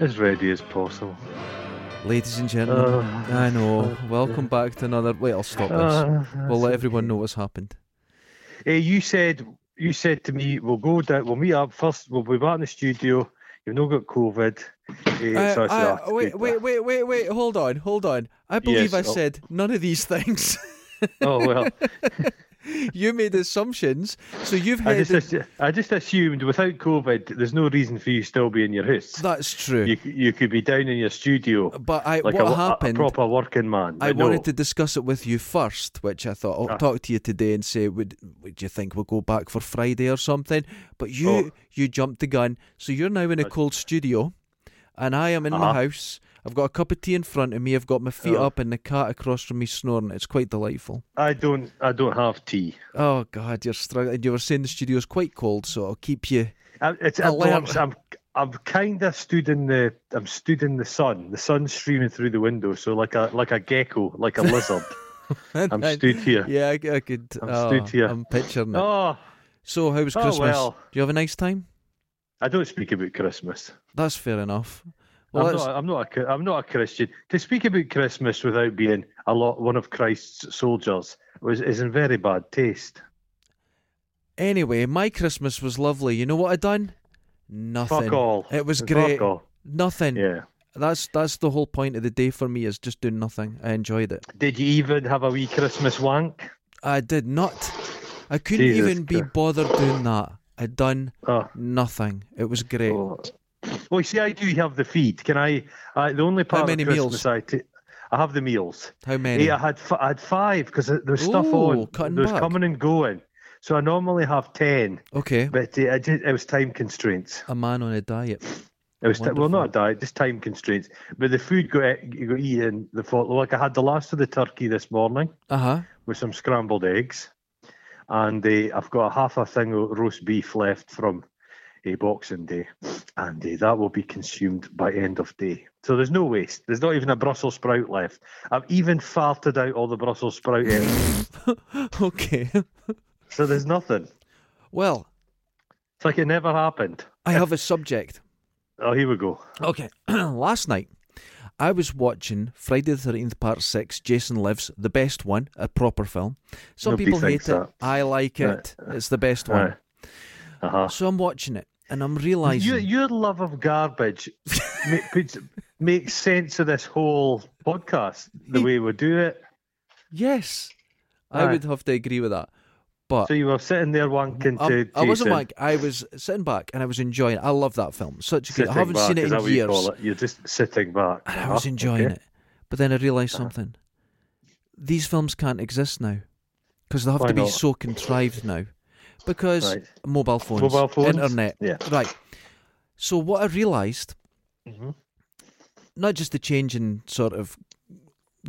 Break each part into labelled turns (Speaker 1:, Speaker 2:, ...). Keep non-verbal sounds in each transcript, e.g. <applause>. Speaker 1: as ready as possible.
Speaker 2: Ladies and gentlemen,
Speaker 1: Uh,
Speaker 2: I know. Welcome back to another. Wait, I'll stop this.
Speaker 1: Uh,
Speaker 2: We'll let
Speaker 1: that's
Speaker 2: everyone
Speaker 1: okay.
Speaker 2: know what's happened.
Speaker 1: Eh, you said you said to me, "We'll go down. We'll meet up first. We'll be back in the studio. You've not got COVID." Eh,
Speaker 2: Uh,
Speaker 1: so I said,
Speaker 2: I-
Speaker 1: "Ah,
Speaker 2: wait,
Speaker 1: good."
Speaker 2: wait, wait, wait, wait. Hold on, hold on. I believe
Speaker 1: Yes,
Speaker 2: I
Speaker 1: oh.
Speaker 2: said none of these <laughs> things.
Speaker 1: Oh well,
Speaker 2: you made assumptions, so you've
Speaker 1: I
Speaker 2: headed. <laughs>
Speaker 1: just assu- I just assumed without COVID, there's no reason for you to still be in your house.
Speaker 2: That's true.
Speaker 1: You c- you could be down in your studio
Speaker 2: but I,
Speaker 1: like a,
Speaker 2: Uh, what
Speaker 1: wo- a- a
Speaker 2: happened?
Speaker 1: proper working man.
Speaker 2: I
Speaker 1: but no.
Speaker 2: wanted to discuss it with you first, which I thought I'll
Speaker 1: Ah.
Speaker 2: talk to you today and say, would would you think we'll go back for Friday or something? But you
Speaker 1: Oh.
Speaker 2: you jumped the gun, so you're now in a cold studio, and I am in my
Speaker 1: Uh-huh.
Speaker 2: house. I've got a cup of tea in front of me. I've got my feet
Speaker 1: Oh.
Speaker 2: up and the cat across from me snoring. It's quite delightful.
Speaker 1: I don't I don't have tea.
Speaker 2: Oh God, you're struggling. You were saying the studio's quite cold, so I'll keep you. <laughs>
Speaker 1: I, it's, I'm,
Speaker 2: Alert.
Speaker 1: I'm, I'm, I'm kind of stood in the I'm stood in the sun. The sun's streaming through the window, so like a like a gecko, like
Speaker 2: <laughs>
Speaker 1: a lizard. I'm stood here.
Speaker 2: Yeah, I, I could.
Speaker 1: I'm
Speaker 2: oh,
Speaker 1: stood here.
Speaker 2: I'm picturing it.
Speaker 1: Oh,
Speaker 2: So, how was
Speaker 1: Oh,
Speaker 2: Christmas?
Speaker 1: well.
Speaker 2: Do you have a nice time?
Speaker 1: I don't speak about Christmas.
Speaker 2: That's fair enough.
Speaker 1: I'm,
Speaker 2: that's-
Speaker 1: not, I'm not. A, I'm not a Christian. To speak about Christmas without being a lot one of Christ's soldiers was is in very bad taste.
Speaker 2: Anyway, my Christmas was lovely. You know what I done? Nothing.
Speaker 1: Fuck all.
Speaker 2: It was
Speaker 1: Fuck
Speaker 2: great.
Speaker 1: all.
Speaker 2: Nothing.
Speaker 1: Yeah.
Speaker 2: That's that's the whole point of the day for me is just do nothing. I enjoyed it.
Speaker 1: Did you even have a wee Christmas wank?
Speaker 2: I did not. I couldn't
Speaker 1: Jesus
Speaker 2: even be
Speaker 1: Christ.
Speaker 2: bothered doing that. I done
Speaker 1: Oh.
Speaker 2: nothing. It was great.
Speaker 1: Oh, well, you see, I do have the feed. Can I? I the only part
Speaker 2: many
Speaker 1: of
Speaker 2: meals?
Speaker 1: Christmas I ta- I have the meals.
Speaker 2: How many?
Speaker 1: Yeah, I had f- I had five because there was stuff
Speaker 2: Ooh,
Speaker 1: on.
Speaker 2: cutting
Speaker 1: There was
Speaker 2: back.
Speaker 1: coming and going. So I normally have ten,
Speaker 2: Okay.
Speaker 1: but uh, I did, it was time constraints.
Speaker 2: A man on a diet.
Speaker 1: It was ti- well,
Speaker 2: Wonderful.
Speaker 1: not a diet, just time constraints. But the food got, e- got eaten the fort. Like I had the last of the turkey this morning
Speaker 2: Uh huh.
Speaker 1: with some scrambled eggs, and uh, I've got a half a thing of roast beef left from a Boxing Day, and uh, that will be consumed by end of day. So there's no waste. There's not even a Brussels sprout left. I've even farted out all the Brussels sprout ends.
Speaker 2: <laughs> okay.
Speaker 1: so there's nothing.
Speaker 2: Well,
Speaker 1: It's like it never happened.
Speaker 2: I have a subject.
Speaker 1: Oh, here we go.
Speaker 2: Okay. <clears throat> Last night, I was watching Friday the 13th, Part 6, Jason Lives, the best one, a proper film. Some
Speaker 1: Nobody
Speaker 2: people hate
Speaker 1: thinks
Speaker 2: it.
Speaker 1: that.
Speaker 2: I like
Speaker 1: No.
Speaker 2: it. It's the best one.
Speaker 1: Uh huh.
Speaker 2: So I'm watching it and I'm
Speaker 1: Your,
Speaker 2: realizing.
Speaker 1: your love of
Speaker 2: <laughs>
Speaker 1: garbage ma- puts, makes sense of this whole podcast the way we do it.
Speaker 2: yes, I
Speaker 1: Aye.
Speaker 2: would have to agree with that. But
Speaker 1: So you were sitting there wanking
Speaker 2: I'm-
Speaker 1: to.
Speaker 2: I wasn't
Speaker 1: Jason.
Speaker 2: like, I was sitting back and I was enjoying it. I love that film. Such a good. I
Speaker 1: Sitting
Speaker 2: haven't
Speaker 1: back,
Speaker 2: seen
Speaker 1: is
Speaker 2: it
Speaker 1: that
Speaker 2: in
Speaker 1: what you call
Speaker 2: years.
Speaker 1: it? You're just sitting back.
Speaker 2: And I was enjoying it. But then I realised
Speaker 1: Uh-huh.
Speaker 2: something. These films can't exist now because they have
Speaker 1: Why
Speaker 2: to be
Speaker 1: not?
Speaker 2: so contrived now. Because
Speaker 1: Right.
Speaker 2: mobile phones,
Speaker 1: Mobile phones?
Speaker 2: internet.
Speaker 1: Yeah.
Speaker 2: Right. So what I realised,
Speaker 1: Mhm.
Speaker 2: not just the change in sort of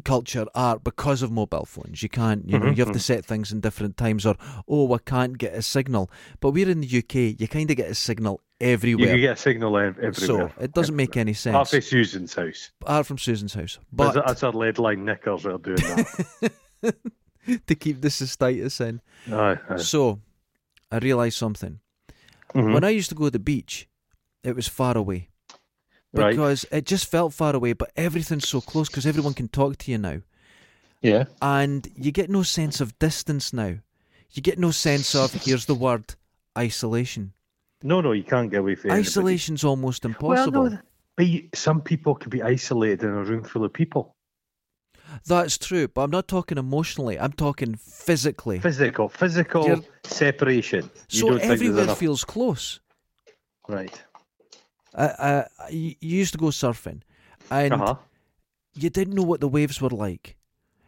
Speaker 2: culture art because of mobile phones. You can't, you know,
Speaker 1: Mm-hmm,
Speaker 2: you have to set things in different times or, oh, I can't get a signal. But we're in the UK, you kind of get a signal
Speaker 1: You
Speaker 2: everywhere.
Speaker 1: can get a signal ev- everywhere.
Speaker 2: so it doesn't make any sense.
Speaker 1: Half of Susan's house.
Speaker 2: Apart from Susan's house. But
Speaker 1: But that's our lead line knickers that are doing that.
Speaker 2: <laughs> to keep the cystitis in.
Speaker 1: aye, aye.
Speaker 2: So, I realised something.
Speaker 1: Mhm.
Speaker 2: When I used to go to the beach, it was far away
Speaker 1: Right.
Speaker 2: because it just felt far away, but everything's so close because everyone can talk to you now.
Speaker 1: Yeah.
Speaker 2: And you get no sense of distance now. You get no sense of, here's the word, isolation.
Speaker 1: No, no, you can't get away from anybody.
Speaker 2: Isolation's almost
Speaker 1: Well,
Speaker 2: impossible.
Speaker 1: no, th- but you, some people can be isolated in a room full of people.
Speaker 2: That's true, but I'm not talking emotionally, I'm talking physically.
Speaker 1: Physical, physical
Speaker 2: You're-
Speaker 1: separation. You
Speaker 2: so
Speaker 1: don't think there's
Speaker 2: everywhere
Speaker 1: enough.
Speaker 2: feels close.
Speaker 1: right.
Speaker 2: I, I, you used to go surfing, and
Speaker 1: Uh huh.
Speaker 2: you didn't know what the waves were like.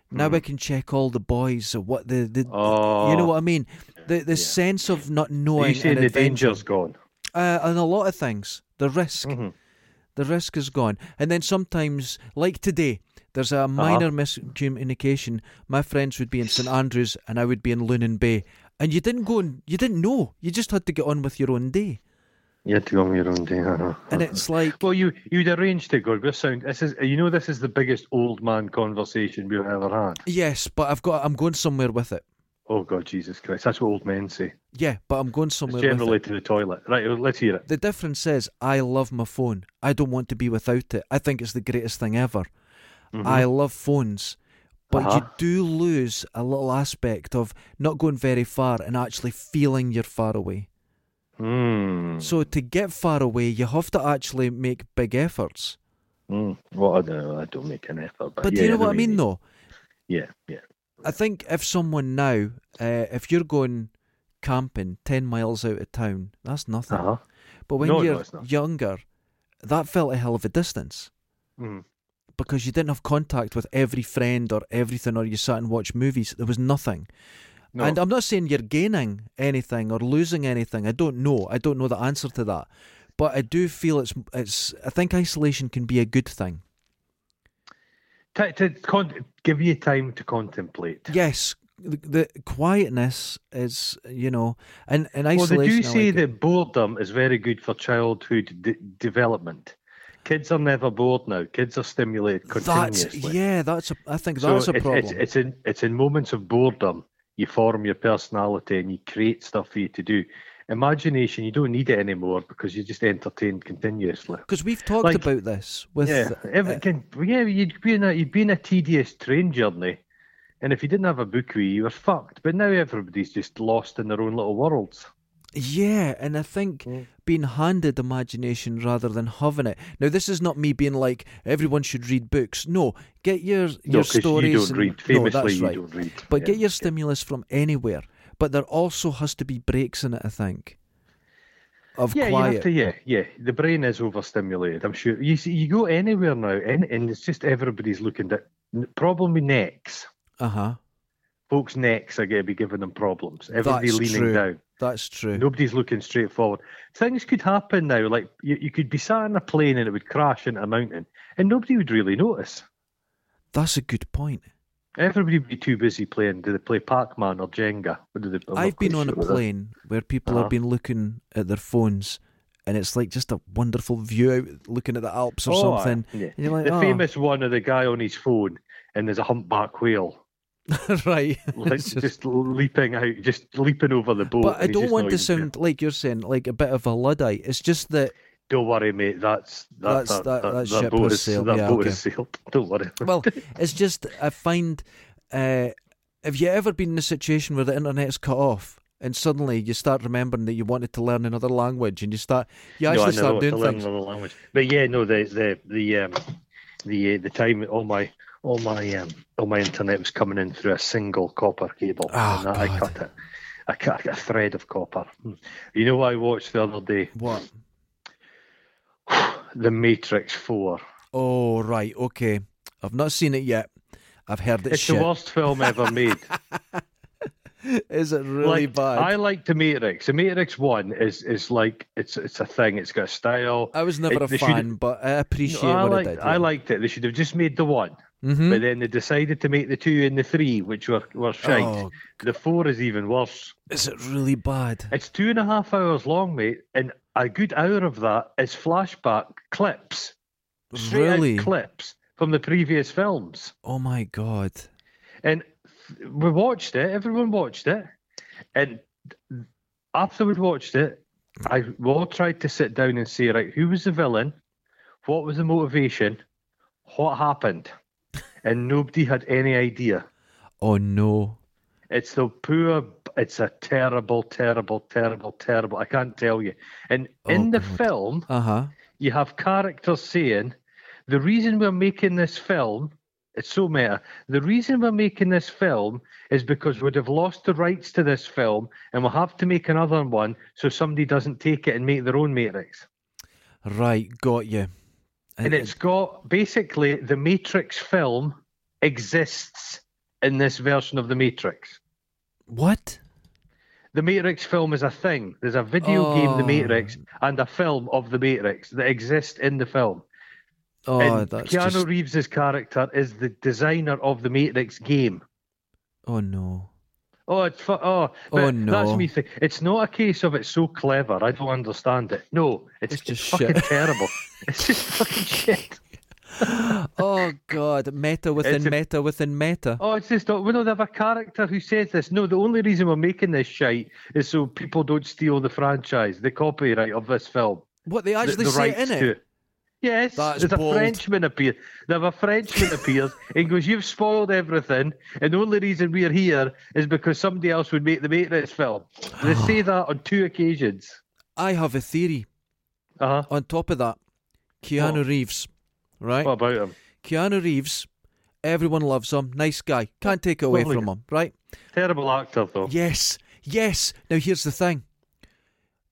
Speaker 2: Now I can check all the boys, or what the, the you know
Speaker 1: Mm-hmm. Oh.
Speaker 2: what I mean. The the sense of not knowing
Speaker 1: You saying
Speaker 2: and
Speaker 1: the
Speaker 2: adventure,
Speaker 1: danger's gone?
Speaker 2: uh, and a lot of things. The risk,
Speaker 1: Mhm.
Speaker 2: the risk is gone, and then sometimes, like today, there's
Speaker 1: Uh-huh.
Speaker 2: a minor miscommunication. My friends would be in St Andrews, and I would be in Lunan Bay, and you didn't go and you didn't know. You just had to get on with your own day,
Speaker 1: You had to go on your own day. uh-huh.
Speaker 2: and
Speaker 1: <laughs>
Speaker 2: it's like
Speaker 1: Well, you you'd arranged it, God. This sound. This is you know this is the biggest old man conversation we've ever had.
Speaker 2: yes, but I've got I'm going somewhere with it.
Speaker 1: Oh God, Jesus Christ! That's what old men say.
Speaker 2: Yeah, but I'm going
Speaker 1: It's
Speaker 2: somewhere. with it.
Speaker 1: generally to the toilet. Right, well, let's hear it.
Speaker 2: The difference is I love my phone. I don't want to be without it. I think it's the greatest thing ever. I love phones. But you
Speaker 1: Mm-hmm. Uh-huh.
Speaker 2: do lose a little aspect of not going very far and actually feeling you're far away.
Speaker 1: Hmm.
Speaker 2: So to get far away, you have to actually make big efforts.
Speaker 1: Mm. Well, I don't know. I don't make an effort. But,
Speaker 2: But
Speaker 1: yeah,
Speaker 2: do you know what I mean,
Speaker 1: mean?
Speaker 2: though?
Speaker 1: Yeah, yeah.
Speaker 2: I think if someone now, uh, if you're going camping 10 miles out of town, that's nothing.
Speaker 1: Uh huh.
Speaker 2: But when
Speaker 1: No, no,
Speaker 2: you're
Speaker 1: it's not.
Speaker 2: younger, that felt a hell of a distance.
Speaker 1: Mm.
Speaker 2: because you didn't have contact with every friend or everything, or you sat and watched movies. There was nothing.
Speaker 1: No.
Speaker 2: And I'm not saying you're gaining anything or losing anything. I don't know. I don't know the answer to that. But I do feel it's it's. I think isolation can be a good thing.
Speaker 1: T- to con- give you time to contemplate.
Speaker 2: Yes, the, the quietness is you know, and and
Speaker 1: Well,
Speaker 2: isolation.
Speaker 1: they do
Speaker 2: I
Speaker 1: say
Speaker 2: like it.
Speaker 1: that boredom is very good for childhood de- development. Kids are never bored now. Kids are stimulated
Speaker 2: That's
Speaker 1: continuously.
Speaker 2: yeah. That's a. I think
Speaker 1: So
Speaker 2: that's a
Speaker 1: it's-
Speaker 2: problem.
Speaker 1: It's, it's in it's in moments of boredom you form your personality and you create stuff for you to do. Imagination, you don't need it anymore because you're just entertained continuously.
Speaker 2: because we've talked
Speaker 1: like-
Speaker 2: about this with
Speaker 1: Yeah, every,
Speaker 2: uh,
Speaker 1: can, yeah, you'd be in a you'd be in a tedious train journey, and if you didn't have a book with you, you were fucked. But now everybody's just lost in their own little worlds.
Speaker 2: Yeah, and I think being handed imagination rather than having it. Now, this is not me being like everyone should read books. No, get your your
Speaker 1: No, 'cause
Speaker 2: stories.
Speaker 1: you don't
Speaker 2: and-
Speaker 1: read. Famously,
Speaker 2: no, that's
Speaker 1: you
Speaker 2: right.
Speaker 1: don't read.
Speaker 2: But
Speaker 1: Yeah.
Speaker 2: get your stimulus from anywhere. But there also has to be breaks in it. I think of
Speaker 1: yeah,
Speaker 2: quiet.
Speaker 1: you have to. Yeah, yeah. The brain is overstimulated. I'm sure. You see, you go anywhere now, and, and it's just everybody's looking at problem with necks.
Speaker 2: Uh huh.
Speaker 1: Folks' necks are going to be giving them problems. Everybody
Speaker 2: That's
Speaker 1: leaning
Speaker 2: true.
Speaker 1: down.
Speaker 2: That's true.
Speaker 1: Nobody's looking straight forward. Things could happen now. Like you, you could be sat in a plane and it would crash into a mountain, and nobody would really notice.
Speaker 2: That's a good point.
Speaker 1: Everybody would be too busy playing. Do they play Pac-Man or Jenga? What do they, I'm not
Speaker 2: I've been
Speaker 1: quite
Speaker 2: on a
Speaker 1: sure what that-
Speaker 2: plane where people
Speaker 1: Uh-huh.
Speaker 2: have been looking at their phones, and it's like just a wonderful view out, looking at the Alps or
Speaker 1: Oh, aye.
Speaker 2: something.
Speaker 1: Yeah.
Speaker 2: And you're like,
Speaker 1: the
Speaker 2: "Oh."
Speaker 1: famous one of the guy on his phone, and there's a humpback whale.
Speaker 2: <laughs> right.
Speaker 1: like
Speaker 2: It's
Speaker 1: just, leaping out, just leaping over the boat.
Speaker 2: But I
Speaker 1: and he's
Speaker 2: don't
Speaker 1: just
Speaker 2: want
Speaker 1: not
Speaker 2: to
Speaker 1: even-
Speaker 2: sound like you're saying like a bit of a luddite. It's just that
Speaker 1: Don't worry, mate. That's that,
Speaker 2: That's-
Speaker 1: that,
Speaker 2: that-
Speaker 1: that, that,
Speaker 2: that ship
Speaker 1: boat
Speaker 2: has
Speaker 1: is
Speaker 2: sailed,
Speaker 1: that
Speaker 2: yeah,
Speaker 1: boat is sailed. <laughs> Don't worry.
Speaker 2: well, it's just I find. Uh, have you ever been in a situation where the internet's cut off and suddenly you start remembering that you wanted to learn another language and you start you
Speaker 1: no, I
Speaker 2: actually
Speaker 1: never
Speaker 2: start
Speaker 1: want to
Speaker 2: doing
Speaker 1: learn
Speaker 2: things?
Speaker 1: another language. But yeah, no, the the the um, the uh, the time all my all my um, all my internet was coming in through a single copper cable,
Speaker 2: Oh,
Speaker 1: and that, I
Speaker 2: God.
Speaker 1: cut it. I cut a thread of copper. You know what I watched the other day?
Speaker 2: What?
Speaker 1: The Matrix Four.
Speaker 2: Oh right, okay. I've not seen it yet. I've heard it
Speaker 1: It's
Speaker 2: shit.
Speaker 1: the worst film ever made.
Speaker 2: <laughs> Is it really
Speaker 1: like,
Speaker 2: bad?
Speaker 1: I like the Matrix. The Matrix One is is like it's it's a thing. It's got style.
Speaker 2: I was never
Speaker 1: it-
Speaker 2: a
Speaker 1: they should-
Speaker 2: fan, but I
Speaker 1: No,
Speaker 2: appreciate
Speaker 1: I
Speaker 2: what
Speaker 1: liked,
Speaker 2: it did.
Speaker 1: I liked it. They should have just made the one,
Speaker 2: hmm
Speaker 1: but then they decided to make the two and the three, which were were shite.
Speaker 2: Oh.
Speaker 1: The four is even worse.
Speaker 2: Is it really bad?
Speaker 1: It's two and a half hours long, mate, and a good hour of that is flashback clips, straight out
Speaker 2: Really?
Speaker 1: clips from the previous films.
Speaker 2: Oh my god.
Speaker 1: And we watched it. Everyone watched it. And after we'd watched it, I we all tried to sit down and say, right, who was the villain? What was the motivation? What happened? And nobody had any idea.
Speaker 2: Oh no.
Speaker 1: It's the poor. It's a terrible, terrible, terrible, terrible. I can't tell you. And in
Speaker 2: Oh,
Speaker 1: the
Speaker 2: God.
Speaker 1: film,
Speaker 2: Uh huh.
Speaker 1: you have characters saying, the reason we're making this film, it's so meta, the reason we're making this film is because we'd have lost the rights to this film and we'll have to make another one so somebody doesn't take it and make their own Matrix.
Speaker 2: Right, got you.
Speaker 1: And it's got basically the Matrix film exists in this version of the Matrix.
Speaker 2: what?
Speaker 1: The Matrix film is a thing. There's a video game, The
Speaker 2: Oh.
Speaker 1: Matrix, and a film of The Matrix that exists in the film.
Speaker 2: Oh,
Speaker 1: and
Speaker 2: that's
Speaker 1: Keanu
Speaker 2: just.
Speaker 1: Reeves' character is the designer of the Matrix game.
Speaker 2: Oh no.
Speaker 1: Oh, it's fu- oh, but
Speaker 2: Oh,
Speaker 1: That's
Speaker 2: no.
Speaker 1: me. Th- it's not a case of it's so clever. I don't understand it. No, it's,
Speaker 2: It's
Speaker 1: just
Speaker 2: just <laughs>
Speaker 1: fucking terrible. It's just fucking shit.
Speaker 2: <gasps> oh God, meta within
Speaker 1: It's a-
Speaker 2: meta within meta.
Speaker 1: Oh, it's just we don't have a character who says this. No, the only reason we're making this shite is so people don't steal the franchise, the copyright of this film.
Speaker 2: What they actually
Speaker 1: the, the
Speaker 2: say
Speaker 1: rights
Speaker 2: in it?
Speaker 1: to it. Yes,
Speaker 2: That's
Speaker 1: there's
Speaker 2: bold.
Speaker 1: a Frenchman appear. They have a
Speaker 2: <laughs>
Speaker 1: Frenchman appears and goes, "You've spoiled everything, and the only reason we're here is because somebody else would make the Matrix film."
Speaker 2: <sighs>
Speaker 1: They say that on two occasions.
Speaker 2: I have a theory.
Speaker 1: Uh huh.
Speaker 2: On top of that, Keanu
Speaker 1: Oh.
Speaker 2: Reeves, right?
Speaker 1: What about him?
Speaker 2: Keanu Reeves, everyone loves him. Nice guy. Can't take it away
Speaker 1: Lovely
Speaker 2: from him, right?
Speaker 1: Terrible actor though.
Speaker 2: Yes, yes. Now here's the thing.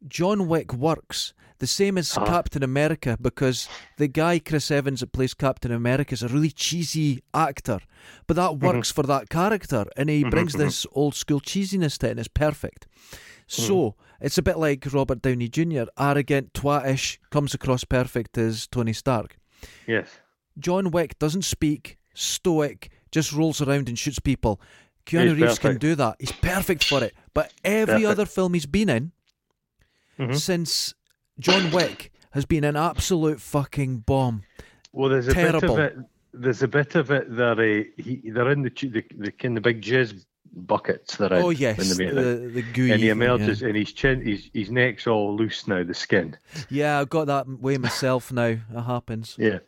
Speaker 2: John Wick works the same as
Speaker 1: Uh-huh.
Speaker 2: Captain America because the guy Chris Evans that plays Captain America is a really cheesy actor, but that works for that character, and he brings this old school cheesiness to it, and it's perfect. So it's a bit like Robert Downey Jr. arrogant twatish comes across perfect as Tony Stark.
Speaker 1: Yes.
Speaker 2: John Wick doesn't speak, stoic, just rolls around and shoots people. Keanu
Speaker 1: He's
Speaker 2: Reeves can
Speaker 1: perfect.
Speaker 2: do that. He's perfect for it. But every
Speaker 1: Perfect. Mm-hmm.
Speaker 2: other film he's been in since John Wick has been an absolute fucking bomb.
Speaker 1: Well, there's a
Speaker 2: Terrible.
Speaker 1: bit of it. There's a bit of it that uh, he, they're in the ch- the the kind of big jizz buckets that
Speaker 2: oh yes,
Speaker 1: in the
Speaker 2: the,
Speaker 1: Matrix.
Speaker 2: the, gooey.
Speaker 1: and he
Speaker 2: thing, yeah.
Speaker 1: emerges, and his chin, his, his neck's all loose now, the skin.
Speaker 2: Yeah, I got that way myself now. It happens.
Speaker 1: Yeah,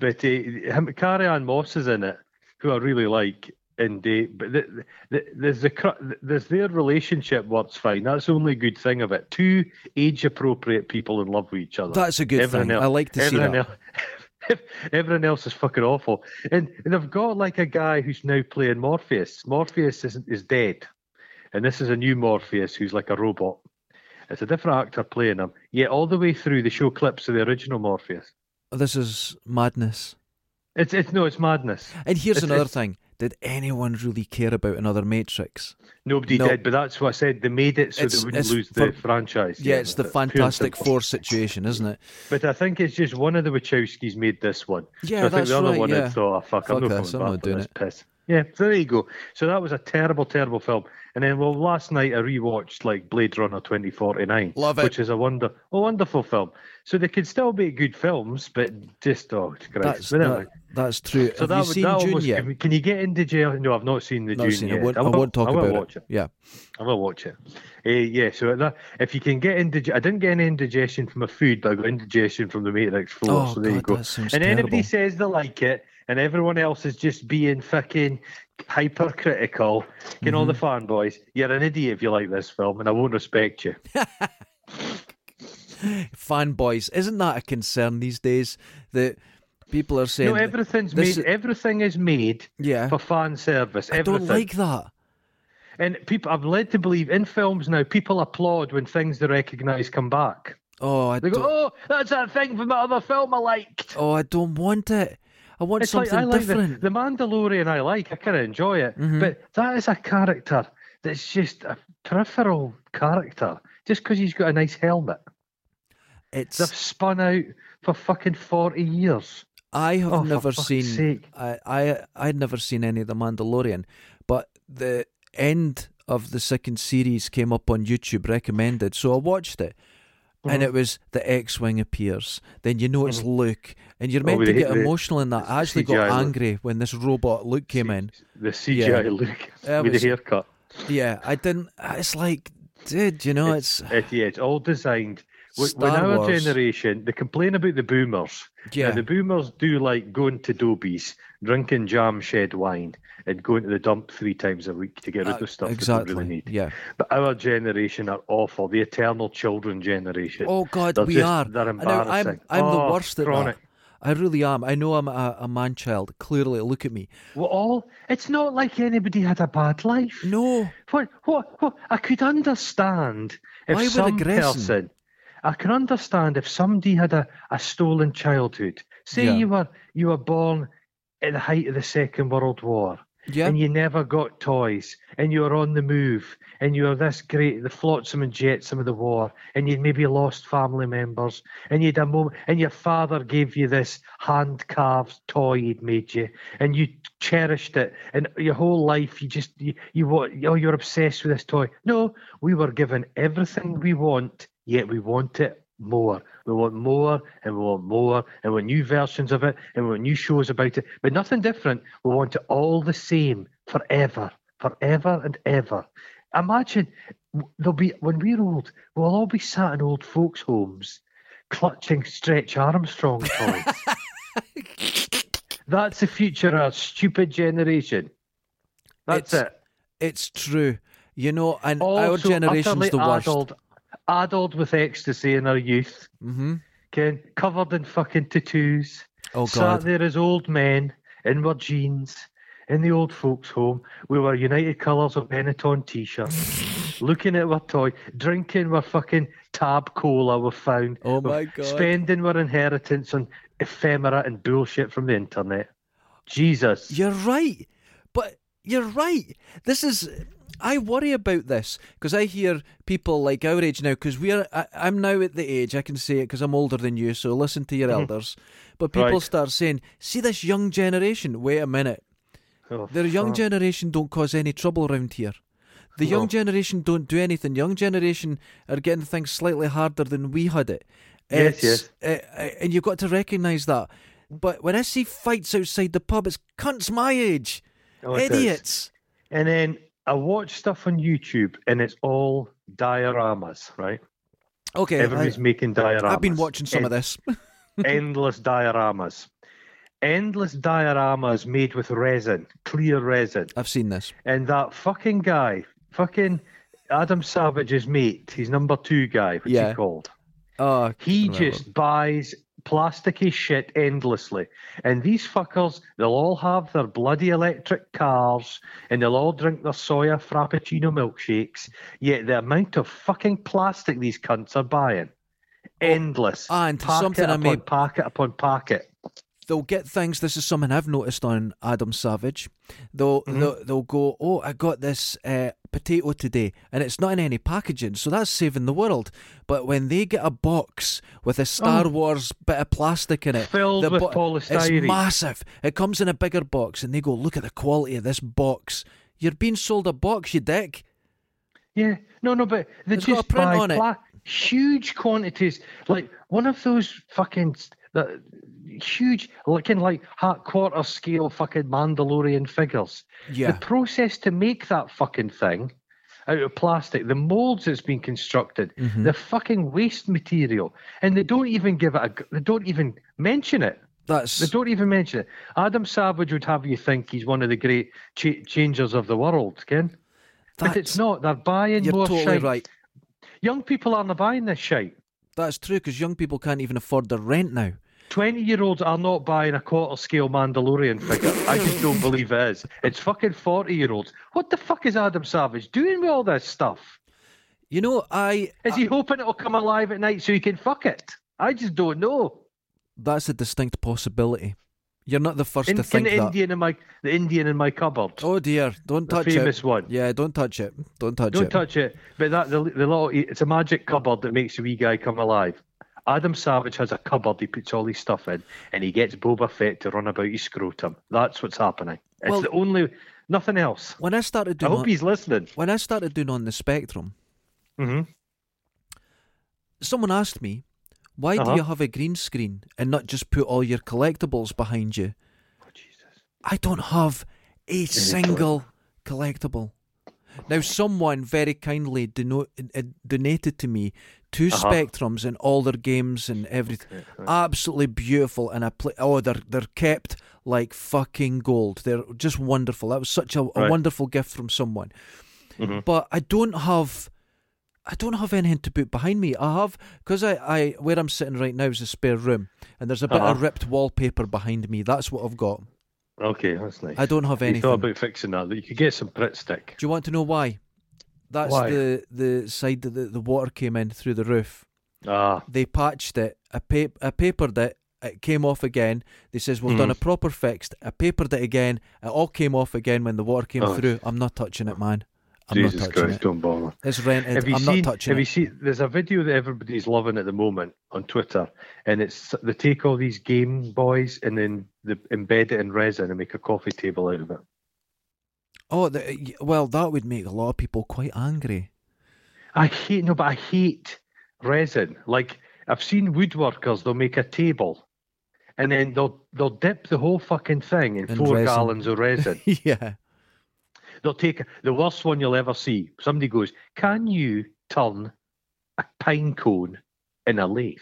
Speaker 1: but uh, him, Carrie Ann Moss is in it, who I really like. And uh, but the, the, there's the cru- there's their relationship works fine. That's the only good thing of it. Two age appropriate people in love with each other.
Speaker 2: That's a good
Speaker 1: Everyone
Speaker 2: thing.
Speaker 1: else-
Speaker 2: I like to see
Speaker 1: everyone
Speaker 2: that.
Speaker 1: el- <laughs> Everyone else is fucking awful, and, and they've got like a guy who's now playing Morpheus. Morpheus is, is dead, and this is a new Morpheus who's like a robot. It's a different actor playing him. Yet all the way through, they show clips of the original Morpheus.
Speaker 2: This is madness.
Speaker 1: It's it's no, it's madness.
Speaker 2: And here's
Speaker 1: It's-
Speaker 2: another
Speaker 1: it's-
Speaker 2: thing. Did anyone really care about another Matrix?
Speaker 1: Nobody
Speaker 2: No.
Speaker 1: did, but that's what I said. They made it so
Speaker 2: It's-
Speaker 1: they wouldn't
Speaker 2: it's
Speaker 1: lose the
Speaker 2: for-
Speaker 1: franchise.
Speaker 2: Yeah, it's the
Speaker 1: pure and
Speaker 2: Fantastic
Speaker 1: simple.
Speaker 2: Four situation, isn't it?
Speaker 1: But I think it's just one of the Wachowskis made this one.
Speaker 2: Yeah,
Speaker 1: so I think
Speaker 2: that's
Speaker 1: the other
Speaker 2: right,
Speaker 1: one
Speaker 2: yeah.
Speaker 1: had thought, oh, fuck,
Speaker 2: Fuck
Speaker 1: I'm not
Speaker 2: this, I'm
Speaker 1: coming
Speaker 2: not
Speaker 1: back
Speaker 2: doing
Speaker 1: for this
Speaker 2: it.
Speaker 1: piss. Yeah, so there you go. So that was a terrible, terrible film. And then, well, last night I rewatched like Blade Runner 2049,
Speaker 2: Love it.
Speaker 1: which is a wonder, a wonderful film. So they could still make good films, but just oh,
Speaker 2: That's
Speaker 1: Christ. But anyway.
Speaker 2: that, that's true.
Speaker 1: so
Speaker 2: Have
Speaker 1: that,
Speaker 2: you
Speaker 1: would-
Speaker 2: seen
Speaker 1: that
Speaker 2: June
Speaker 1: almost,
Speaker 2: yet?
Speaker 1: Can you get into jail? No, I've not seen the
Speaker 2: Not
Speaker 1: June
Speaker 2: seen. it.
Speaker 1: yet.
Speaker 2: I won't, I won't talk
Speaker 1: I will
Speaker 2: about
Speaker 1: watch it.
Speaker 2: Yeah,
Speaker 1: I will watch it. Uh, yeah, so that, if you can get indigestion, I didn't get any indigestion from my food, but I got indigestion from the Matrix 4.
Speaker 2: Oh,
Speaker 1: so there you
Speaker 2: God,
Speaker 1: go.
Speaker 2: that
Speaker 1: And
Speaker 2: sounds terrible.
Speaker 1: anybody says they like it, and everyone else is just being fucking hypercritical, you know, the
Speaker 2: Mm-hmm.
Speaker 1: fanboys, you're an idiot if you like this film, and I won't respect you.
Speaker 2: fanboys. Isn't that a concern these days that people are saying?
Speaker 1: no, everything's made,
Speaker 2: this is-
Speaker 1: everything is made
Speaker 2: yeah,
Speaker 1: for fan service.
Speaker 2: I
Speaker 1: everything.
Speaker 2: don't like that.
Speaker 1: And people, I'm led to believe in films now, people applaud when things they recognise come back.
Speaker 2: Oh, I
Speaker 1: They
Speaker 2: don't.
Speaker 1: go, oh, that's that thing from that other film I liked.
Speaker 2: oh, I don't want it. I want
Speaker 1: It's like
Speaker 2: something
Speaker 1: I like
Speaker 2: different.
Speaker 1: The, the Mandalorian. I like. I kind of enjoy it.
Speaker 2: Mhm.
Speaker 1: But that is a character that's just a peripheral character. Just because he's got a nice helmet, they've
Speaker 2: it's
Speaker 1: spun out for fucking forty years.
Speaker 2: I have
Speaker 1: Oh, for
Speaker 2: never
Speaker 1: fuck's
Speaker 2: seen.
Speaker 1: sake.
Speaker 2: I I I'd never seen any of the Mandalorian, but the end of the second series came up on YouTube recommended, so I watched it.
Speaker 1: Uh-huh.
Speaker 2: And it was the X Wing appears. Then you know it's Luke. And you're meant
Speaker 1: with
Speaker 2: to
Speaker 1: Uh-huh. Oh, the-
Speaker 2: get
Speaker 1: the-
Speaker 2: emotional in that. I actually
Speaker 1: CGI
Speaker 2: got
Speaker 1: Luke.
Speaker 2: angry when this robot Luke came in.
Speaker 1: The CGI Luke
Speaker 2: That
Speaker 1: with
Speaker 2: was-
Speaker 1: the haircut.
Speaker 2: Yeah, I didn't. It's like, dude, you know, Oh, it's.
Speaker 1: It, yeah, it's all designed. When, when
Speaker 2: Star
Speaker 1: our
Speaker 2: Wars.
Speaker 1: generation, they complain about the boomers. Now,
Speaker 2: Yeah.
Speaker 1: the boomers do like going to Dobies, drinking jam shed wine, and going to the dump three times a week to get rid of stuff
Speaker 2: Uh, exactly.
Speaker 1: that they really need.
Speaker 2: Yeah.
Speaker 1: But our generation are awful. The eternal children generation.
Speaker 2: Oh God,
Speaker 1: They're
Speaker 2: we
Speaker 1: just-
Speaker 2: are.
Speaker 1: They're
Speaker 2: And now
Speaker 1: embarrassing.
Speaker 2: I'm, I'm
Speaker 1: Oh,
Speaker 2: the worst at
Speaker 1: chronic.
Speaker 2: that. I really am. I know I'm a, a man child. Clearly, look at me.
Speaker 1: We're all. It's not like anybody had a bad life.
Speaker 2: No,
Speaker 1: What? What? What? I could understand if
Speaker 2: Why we're
Speaker 1: some
Speaker 2: aggressing?
Speaker 1: person. I can understand if somebody had a, a stolen childhood. Say
Speaker 2: Yeah.
Speaker 1: you were you were born at the height of the Second World War.
Speaker 2: yeah,
Speaker 1: and you never got toys, and you were on the move, and you were this great, the flotsam and jetsam of the war, and you'd maybe lost family members, and you'd a moment, and your father gave you this hand carved toy he'd made you, and you cherished it, and your whole life you just you you wa- oh you're obsessed with this toy. No, we were given everything we want, yet we want it more. We want more and we want more and we want new versions of it and we want new shows about it, but nothing different. We want it all the same forever, forever and ever. Imagine there'll be when we're old, we'll all be sat in old folks' homes clutching Stretch Armstrong
Speaker 2: <laughs>
Speaker 1: toys. That's the future of our stupid generation. That's
Speaker 2: It's-
Speaker 1: it.
Speaker 2: It's true. You know, and our
Speaker 1: Also
Speaker 2: generation's
Speaker 1: utterly
Speaker 2: the worst.
Speaker 1: Addled, addled with ecstasy in our youth,
Speaker 2: Mm-hmm.
Speaker 1: Ken, covered in fucking tattoos,
Speaker 2: Oh
Speaker 1: sat
Speaker 2: God.
Speaker 1: there as old men in our jeans in the old folks' home. We were United Colours of Benetton t-shirts,
Speaker 2: <laughs>
Speaker 1: looking at our toy, drinking our fucking tab cola we found.
Speaker 2: Oh
Speaker 1: we-
Speaker 2: my God.
Speaker 1: Spending our inheritance on ephemera and bullshit from the internet. Jesus.
Speaker 2: You're right. But you're right. This is. I worry about this because I hear people like our age now. Because we're, I, I'm now at the age I can say it because I'm older than you. So listen to your elders. But people
Speaker 1: Mm-hmm. Right.
Speaker 2: start saying, "See this young generation. Wait a minute.
Speaker 1: Oh,
Speaker 2: The young
Speaker 1: fuck.
Speaker 2: generation don't cause any trouble around here. The young
Speaker 1: No.
Speaker 2: generation don't do anything. Young generation are getting things slightly harder than we had it.
Speaker 1: Yes,
Speaker 2: It's- uh, uh, and you've got to recognise that. But when I see fights outside the pub, it's cunts my age,
Speaker 1: Oh, it is.
Speaker 2: idiots.
Speaker 1: And then I watch stuff on YouTube and it's all dioramas, right?
Speaker 2: Okay,
Speaker 1: Everybody's
Speaker 2: I,
Speaker 1: making dioramas.
Speaker 2: have been watching some of this.
Speaker 1: this. endless dioramas. Endless dioramas made with resin, clear resin.
Speaker 2: I've seen this.
Speaker 1: And that fucking guy, fucking Adam Savage's mate, he's number two guy, what's
Speaker 2: Yeah.
Speaker 1: he called?
Speaker 2: Oh, I
Speaker 1: He
Speaker 2: remember.
Speaker 1: just buys plasticky shit endlessly. And these fuckers, they'll all have their bloody electric cars and they'll all drink their soya frappuccino milkshakes. Yet the amount of fucking plastic these cunts are buying. Endless.
Speaker 2: Oh, and
Speaker 1: packet
Speaker 2: something I
Speaker 1: upon
Speaker 2: may-
Speaker 1: packet upon packet.
Speaker 2: they'll get things. This is something I've noticed on Adam Savage. They'll
Speaker 1: Mm-hmm.
Speaker 2: they'll, they'll go, oh, I got this uh, potato today, and it's not in any packaging, so that's saving the world. But when they get a box with a Star Wars bit of plastic in it,
Speaker 1: Oh. Filled
Speaker 2: the
Speaker 1: with
Speaker 2: it's
Speaker 1: polystyrene.
Speaker 2: massive. It comes in a bigger box, and they go, look at the quality of this box. You're being sold a box, you dick.
Speaker 1: Yeah, no, no, but they
Speaker 2: It's got a
Speaker 1: just
Speaker 2: print
Speaker 1: buy
Speaker 2: on it.
Speaker 1: pla- huge quantities, like one of those fucking s- the huge, looking like ha- quarter scale fucking Mandalorian figures.
Speaker 2: Yeah.
Speaker 1: The process to make that fucking thing out of plastic, the molds that's been constructed,
Speaker 2: Mm-hmm.
Speaker 1: the fucking waste material, and they don't even give it a. g- They don't even mention it. They
Speaker 2: That's
Speaker 1: don't even mention it. Adam Savage would have you think he's one of the great cha- changers of the world, Ken.
Speaker 2: that's
Speaker 1: but it's not. They're buying
Speaker 2: you're
Speaker 1: more
Speaker 2: totally
Speaker 1: shite.
Speaker 2: right.
Speaker 1: Young people aren't buying this shite.
Speaker 2: That's true because young people can't even afford their rent now.
Speaker 1: 20 year olds are not buying a quarter scale Mandalorian figure. I just don't believe it is. It's fucking 40 year olds. What the fuck is Adam Savage doing with all this stuff?
Speaker 2: You know, I
Speaker 1: Is he hoping it'll come alive at night so he can fuck it? I just don't know.
Speaker 2: that's a distinct possibility. You're not the first
Speaker 1: In,
Speaker 2: to
Speaker 1: in
Speaker 2: think
Speaker 1: the
Speaker 2: that.
Speaker 1: Indian in my the Indian in my cupboard.
Speaker 2: Oh dear! Don't
Speaker 1: The
Speaker 2: touch
Speaker 1: famous
Speaker 2: it.
Speaker 1: one.
Speaker 2: Yeah, don't touch it. Don't touch
Speaker 1: Don't
Speaker 2: it.
Speaker 1: touch it. But that the, the little it's a magic cupboard that makes the wee guy come alive. Adam Savage has a cupboard he puts all his stuff in, and he gets Boba Fett to run about his scrotum. That's what's happening. It's
Speaker 2: Well-
Speaker 1: the only nothing else.
Speaker 2: when I started
Speaker 1: I
Speaker 2: doing
Speaker 1: hope
Speaker 2: on,
Speaker 1: he's listening.
Speaker 2: when I started doing on the spectrum,
Speaker 1: hmm
Speaker 2: someone asked me, "Why
Speaker 1: Uh-huh.
Speaker 2: do you have a green screen and not just put all your collectibles behind you?"
Speaker 1: Oh, Jesus.
Speaker 2: I don't have a single collectible. Now, someone very kindly deno- uh, donated to me 2
Speaker 1: Uh-huh.
Speaker 2: Spectrums and all their games and everything. Absolutely beautiful, and I play. Oh, they're they're kept like fucking gold. They're just wonderful. That was such a, a
Speaker 1: Right.
Speaker 2: wonderful gift from someone. But I don't have. I don't have anything to put behind me. I have because I, I where I'm sitting right now is a spare room, and there's a bit
Speaker 1: Uh-huh.
Speaker 2: of ripped wallpaper behind me. That's what I've got.
Speaker 1: Okay, that's nice.
Speaker 2: I don't have
Speaker 1: you
Speaker 2: anything.
Speaker 1: thought about fixing that. that You could get some Brit stick.
Speaker 2: Do you want to know why? That's
Speaker 1: Why?
Speaker 2: the the side that the, the water came in through the roof.
Speaker 1: Ah,
Speaker 2: They patched it. I, pap- I papered it. It came off again. They says we've
Speaker 1: Mm.
Speaker 2: done a proper fix. I papered it again. It all came off again when the water came
Speaker 1: Oh.
Speaker 2: through. I'm not touching it, man. I'm
Speaker 1: Jesus
Speaker 2: not touching
Speaker 1: Christ,
Speaker 2: it.
Speaker 1: don't bother.
Speaker 2: It's rented.
Speaker 1: Have you
Speaker 2: I'm
Speaker 1: seen?
Speaker 2: not touching
Speaker 1: have you
Speaker 2: it.
Speaker 1: seen? There's a video that everybody's loving at the moment on Twitter, and it's they take all these Game Boys and then they embed it in resin and make a coffee table out of it.
Speaker 2: Oh, the, well, that would make a lot of people quite angry. <laughs>
Speaker 1: I hate no, but I hate resin. Like I've seen woodworkers, they'll make a table and then they'll they'll dip the whole fucking thing in
Speaker 2: In
Speaker 1: four
Speaker 2: resin.
Speaker 1: gallons of
Speaker 2: <laughs>
Speaker 1: resin.
Speaker 2: yeah.
Speaker 1: They'll take the worst one you'll ever see. Somebody goes, Can you turn a pine cone in a lathe?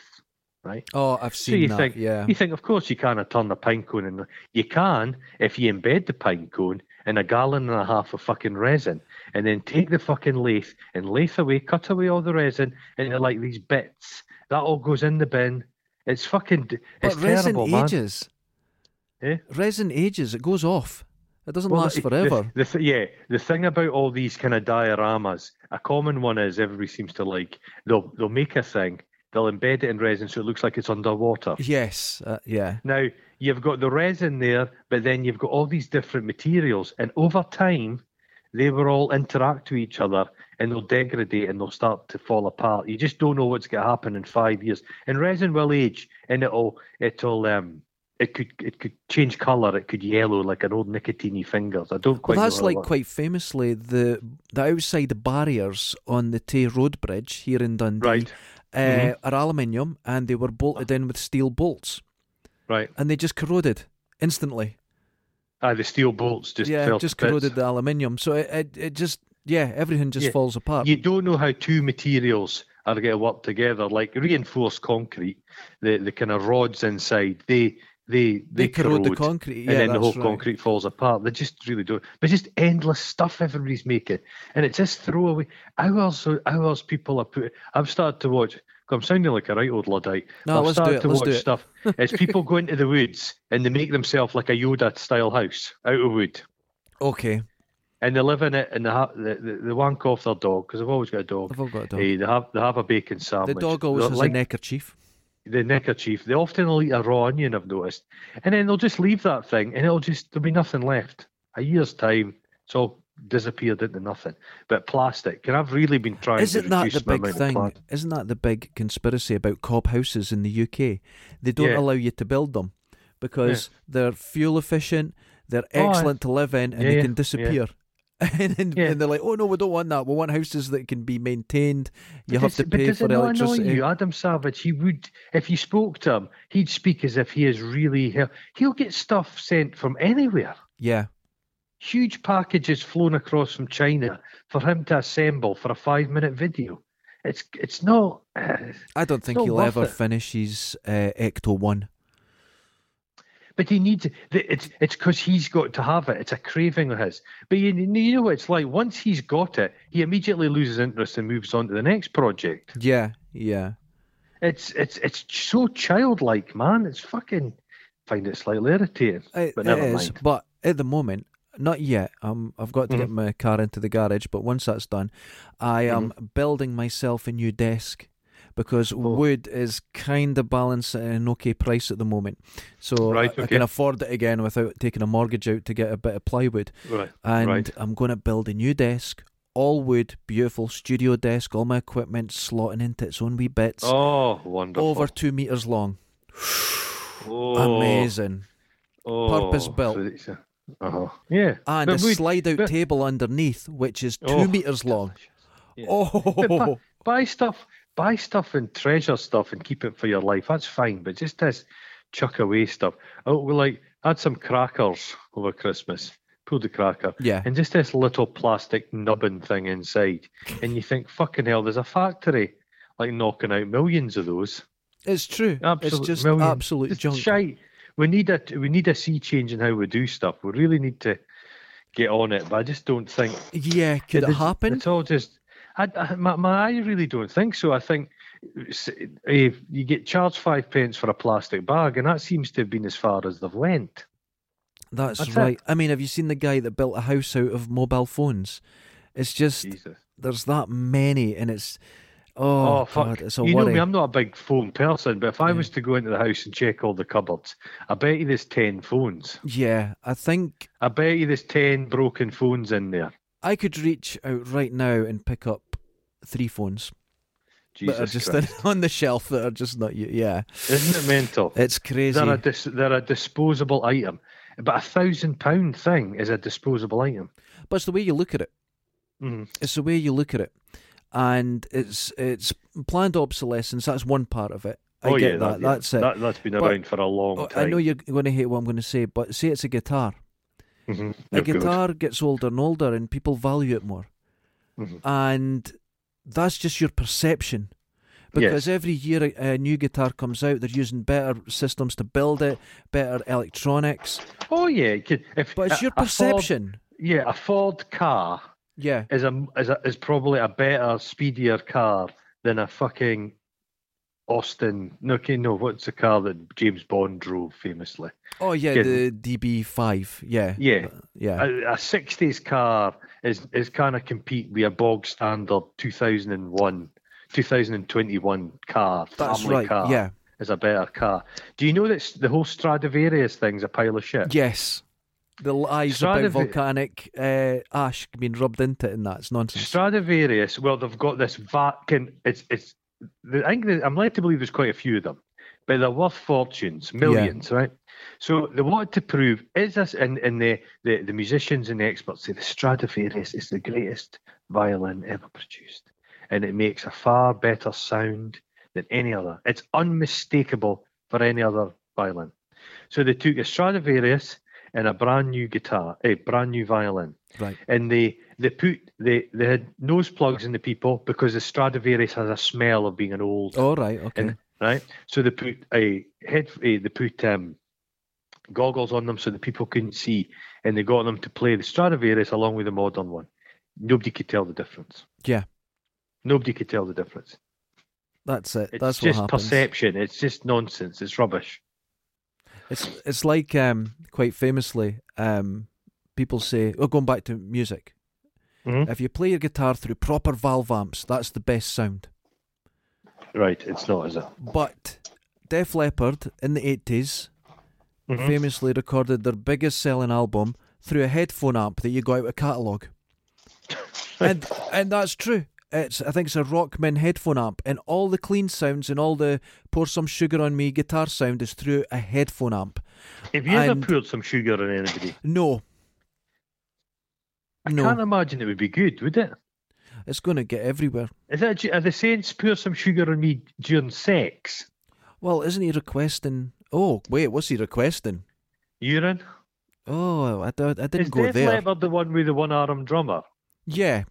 Speaker 1: Right?
Speaker 2: Oh, I've
Speaker 1: So
Speaker 2: seen
Speaker 1: you
Speaker 2: that.
Speaker 1: think,
Speaker 2: yeah.
Speaker 1: you think, of course, you can't turn a pine cone in. You can if you embed the pine cone in a gallon and a half of fucking resin, and then take the fucking lathe and lathe away, cut away all the resin into like these bits. That all goes in the bin. It's fucking. d- It's
Speaker 2: But resin
Speaker 1: terrible, man.
Speaker 2: ages.
Speaker 1: Eh?
Speaker 2: Resin ages. It goes off. It doesn't
Speaker 1: Well,
Speaker 2: last
Speaker 1: the- the-
Speaker 2: forever.
Speaker 1: the th- yeah, the thing about all these kind of dioramas, a common one is everybody seems to like they'll they'll make a thing, they'll embed it in resin so it looks like it's underwater.
Speaker 2: Yes. Uh, yeah.
Speaker 1: Now you've got the resin there, but then you've got all these different materials, and over time, they will all interact with each other, and they'll degrade and they'll start to fall apart. You just don't know what's going to happen in five years. And resin will age, and it'll it'll um it could it could change color, it could yellow like an old nicotine fingers. I don't quite. uh,
Speaker 2: Well, that's
Speaker 1: know how it
Speaker 2: like
Speaker 1: works.
Speaker 2: quite famously the the outside barriers on the Tay Road Bridge here in Dundee
Speaker 1: Right.
Speaker 2: uh,
Speaker 1: Mhm.
Speaker 2: are aluminium and they were bolted in with steel bolts
Speaker 1: right.
Speaker 2: and they just corroded instantly.
Speaker 1: Ah, the steel bolts just
Speaker 2: yeah,
Speaker 1: fell
Speaker 2: just
Speaker 1: to bits.
Speaker 2: corroded the aluminium. So it, it, it just yeah, everything just
Speaker 1: Yeah.
Speaker 2: falls apart.
Speaker 1: you don't know how two materials are going to work together. Like reinforced concrete, the the kind of rods inside, they they they,
Speaker 2: They corrode the concrete, yeah,
Speaker 1: and then the
Speaker 2: that's
Speaker 1: whole
Speaker 2: right.
Speaker 1: concrete falls apart. They just really don't. But just endless stuff everybody's making, and it's just throwaway hours hours people are put. I've started to watch. I'm sounding like a right old luddite.
Speaker 2: No,
Speaker 1: I've
Speaker 2: let's do
Speaker 1: started
Speaker 2: it,
Speaker 1: to
Speaker 2: let's do
Speaker 1: watch
Speaker 2: it.
Speaker 1: stuff. As people go into the woods and they make themselves like a Yoda style house out of wood
Speaker 2: Okay,
Speaker 1: and they live in it, and they ha- they, they, they wank off their dog because they've always got a dog.
Speaker 2: They've all got a dog.
Speaker 1: Eh, they have they have a bacon sandwich.
Speaker 2: the dog always
Speaker 1: They're
Speaker 2: has
Speaker 1: like
Speaker 2: a neckerchief.
Speaker 1: the neckerchief. They often will eat a raw onion. I've noticed, and then they'll just leave that thing, and it'll just there'll be nothing left. A year's time, it's all disappeared into nothing. But plastic. Can I've really been trying to
Speaker 2: Isn't that
Speaker 1: reduce
Speaker 2: the
Speaker 1: my
Speaker 2: big
Speaker 1: amount of
Speaker 2: thing?
Speaker 1: plastic?
Speaker 2: Isn't that the big conspiracy about cob houses in the UK? They don't
Speaker 1: Yeah.
Speaker 2: allow you to build them because they're fuel efficient, they're
Speaker 1: Oh, I-
Speaker 2: excellent to live in, and
Speaker 1: Yeah,
Speaker 2: they
Speaker 1: yeah,
Speaker 2: can
Speaker 1: yeah.
Speaker 2: disappear. <laughs> and, and,
Speaker 1: Yeah.
Speaker 2: and they're like, oh no, we don't want that. We want houses that can be maintained. You have
Speaker 1: Does-
Speaker 2: to
Speaker 1: but
Speaker 2: pay
Speaker 1: does
Speaker 2: for
Speaker 1: it not annoy
Speaker 2: electricity.
Speaker 1: you? Adam Savage, he would, if you spoke to him, he'd speak as if he is really, he- he'll get stuff sent from anywhere.
Speaker 2: Yeah,
Speaker 1: huge packages flown across from China for him to assemble for a five minute video. It's it's not. <sighs>
Speaker 2: I don't think
Speaker 1: not
Speaker 2: he'll
Speaker 1: worth
Speaker 2: ever
Speaker 1: it.
Speaker 2: finish his uh, Ecto One.
Speaker 1: But he needs the- it's it's because he's got to have it. It's a craving of his. But you, you know what it's like. Once he's got it, he immediately loses interest and moves on to the next project.
Speaker 2: Yeah, yeah.
Speaker 1: It's it's it's so childlike, man. It's fucking find it slightly irritating.
Speaker 2: It,
Speaker 1: but never
Speaker 2: it is,
Speaker 1: mind.
Speaker 2: But at the moment, not yet. Um, I've got to get
Speaker 1: Mhm.
Speaker 2: my car into the garage. But once that's done, I am
Speaker 1: Mm-hmm.
Speaker 2: building myself a new desk
Speaker 1: Oh.
Speaker 2: because wood is kind of balanced at an okay price at the moment. So
Speaker 1: Right,
Speaker 2: I, I
Speaker 1: okay.
Speaker 2: can afford it again without taking a mortgage out to get a bit of plywood.
Speaker 1: Right.
Speaker 2: And
Speaker 1: Right.
Speaker 2: I'm going to build a new desk. All wood, beautiful studio desk, all my equipment slotting into its own wee bits.
Speaker 1: Oh, wonderful.
Speaker 2: over two meters long.
Speaker 1: oh,
Speaker 2: Amazing.
Speaker 1: oh,
Speaker 2: purpose-built.
Speaker 1: so it's a- Uh-huh. Yeah.
Speaker 2: And
Speaker 1: But
Speaker 2: a
Speaker 1: would-
Speaker 2: slide out
Speaker 1: but-
Speaker 2: table underneath, which is two
Speaker 1: Oh,
Speaker 2: meters long.
Speaker 1: <laughs> Yeah. But bu-
Speaker 2: Oh,
Speaker 1: buy stuff, buy stuff and treasure stuff and keep it for your life. That's fine, but just this chuck away stuff. Oh, well, like I had some crackers over Christmas. Pulled the cracker.
Speaker 2: Yeah.
Speaker 1: And just this little plastic nubbin thing inside, and you think, fucking hell, there's a factory like knocking out millions of those.
Speaker 2: it's true.
Speaker 1: Absolute
Speaker 2: it's just
Speaker 1: millions.
Speaker 2: absolute
Speaker 1: Just
Speaker 2: junk.
Speaker 1: Shite. We need a we need a sea change in how we do stuff. We really need to get on it. But I just don't think
Speaker 2: Yeah, could it
Speaker 1: it's-
Speaker 2: happen?
Speaker 1: It's all just. I, I, my, my, I really don't think so. I think s- if you get charged five pence for a plastic bag, and that seems to have been as far as they've went.
Speaker 2: That's
Speaker 1: that's
Speaker 2: right. I mean, have you seen the guy that built a house out of mobile phones? It's just
Speaker 1: Jesus.
Speaker 2: there's that many, and it's oh,
Speaker 1: Oh, fuck!
Speaker 2: God, it's a
Speaker 1: you know
Speaker 2: worry.
Speaker 1: me. I'm not a big phone person, but if I was to go into the house and check all the cupboards, I bet you there's ten phones.
Speaker 2: yeah, I think
Speaker 1: I bet you there's ten broken phones in there.
Speaker 2: I could reach out right now and pick up three phones
Speaker 1: Jesus
Speaker 2: that are just <laughs>
Speaker 1: Christ!
Speaker 2: on the shelf that are just not you. Yeah,
Speaker 1: Isn't it mental?
Speaker 2: <laughs> it's crazy.
Speaker 1: They're a, dis- they're a disposable item, but a thousand pound thing is a disposable item.
Speaker 2: But it's the way you look at it.
Speaker 1: Mhm.
Speaker 2: It's the way you look at it. and it's it's planned obsolescence. That's one part of it. I get that.
Speaker 1: Oh, yeah.
Speaker 2: That's it.
Speaker 1: That, that's been
Speaker 2: But-
Speaker 1: around for a long
Speaker 2: Oh,
Speaker 1: time.
Speaker 2: I
Speaker 1: <laughs>
Speaker 2: know you're going to hate what I'm going to say, but say it's a guitar.
Speaker 1: Mhm.
Speaker 2: A
Speaker 1: Of course.
Speaker 2: guitar gets older and older, and people value it more.
Speaker 1: Mhm.
Speaker 2: And that's just your perception. Because
Speaker 1: Yes.
Speaker 2: every year a, a new guitar comes out, they're using better systems to build it, better electronics.
Speaker 1: Oh yeah, you could- if,
Speaker 2: But it's
Speaker 1: a-
Speaker 2: your
Speaker 1: a Ford-
Speaker 2: perception.
Speaker 1: yeah, a Ford car
Speaker 2: Yeah.
Speaker 1: is a is a, is probably a better, speedier car than a fucking Austin. No, okay, no, what's the car that James Bond drove famously?
Speaker 2: Oh, yeah,
Speaker 1: Yeah.
Speaker 2: the DB5. Yeah.
Speaker 1: Yeah.
Speaker 2: Yeah.
Speaker 1: A, a '60s car is is kind of compete with a bog standard 2001, 2021 car,
Speaker 2: That's
Speaker 1: family
Speaker 2: right.
Speaker 1: car.
Speaker 2: Yeah.
Speaker 1: Is a better car. Do you know that s- the whole Stradivarius thing's a pile of shit?
Speaker 2: Yes. The lies about
Speaker 1: Stradiv-
Speaker 2: volcanic uh, ash being rubbed into it and that. It's nonsense.
Speaker 1: Stradivarius. Well, they've got this vacant. It's it's. The, I think that- I'm led to believe there's quite a few of them, but they're worth fortunes, millions, right? So they wanted to prove is this, and and the, the the musicians and the experts say the Stradivarius is the greatest violin ever produced, and it makes a far better sound than any other. It's unmistakable for any other violin. So they took a Stradivarius and a brand new guitar, a brand new violin,
Speaker 2: Right.
Speaker 1: and they they put they they had nose plugs in the people because the Stradivarius has a smell of being an old
Speaker 2: All Oh, right. Okay.
Speaker 1: and- right. So they put a head eh, they put um goggles on them so that people couldn't see, and they got them to play the Stradivarius along with the modern one. Nobody could tell the difference.
Speaker 2: Yeah.
Speaker 1: Nobody could tell the difference.
Speaker 2: That's it.
Speaker 1: It's
Speaker 2: That's
Speaker 1: just
Speaker 2: what happens.
Speaker 1: perception. It's just nonsense. It's rubbish.
Speaker 2: It's it's like um, quite famously, um, people say, "Oh, going back to music,
Speaker 1: Mhm.
Speaker 2: if you play your guitar through proper valve amps, that's the best sound."
Speaker 1: Right. It's not, is it?
Speaker 2: But Def Leppard in the 80s
Speaker 1: Mhm.
Speaker 2: famously recorded their biggest selling album through a headphone amp that you got out of
Speaker 1: <laughs>
Speaker 2: a catalogue. and and that's true. It's I think it's a Rockman headphone amp, and all the clean sounds and all the pour some sugar on me guitar sound is through a headphone amp.
Speaker 1: If you ever
Speaker 2: And-
Speaker 1: poured some sugar on anybody,
Speaker 2: No,
Speaker 1: I
Speaker 2: No.
Speaker 1: can't imagine it would be good, would it?
Speaker 2: it's going to get everywhere.
Speaker 1: Is that are the Saints pour some sugar on me during sex?
Speaker 2: Well, isn't he requesting? Oh wait, what's he requesting?
Speaker 1: Urine?
Speaker 2: Oh, I, d- I didn't
Speaker 1: Is
Speaker 2: go
Speaker 1: Def
Speaker 2: there.
Speaker 1: Leppard the one with the one armed drummer?
Speaker 2: Yeah,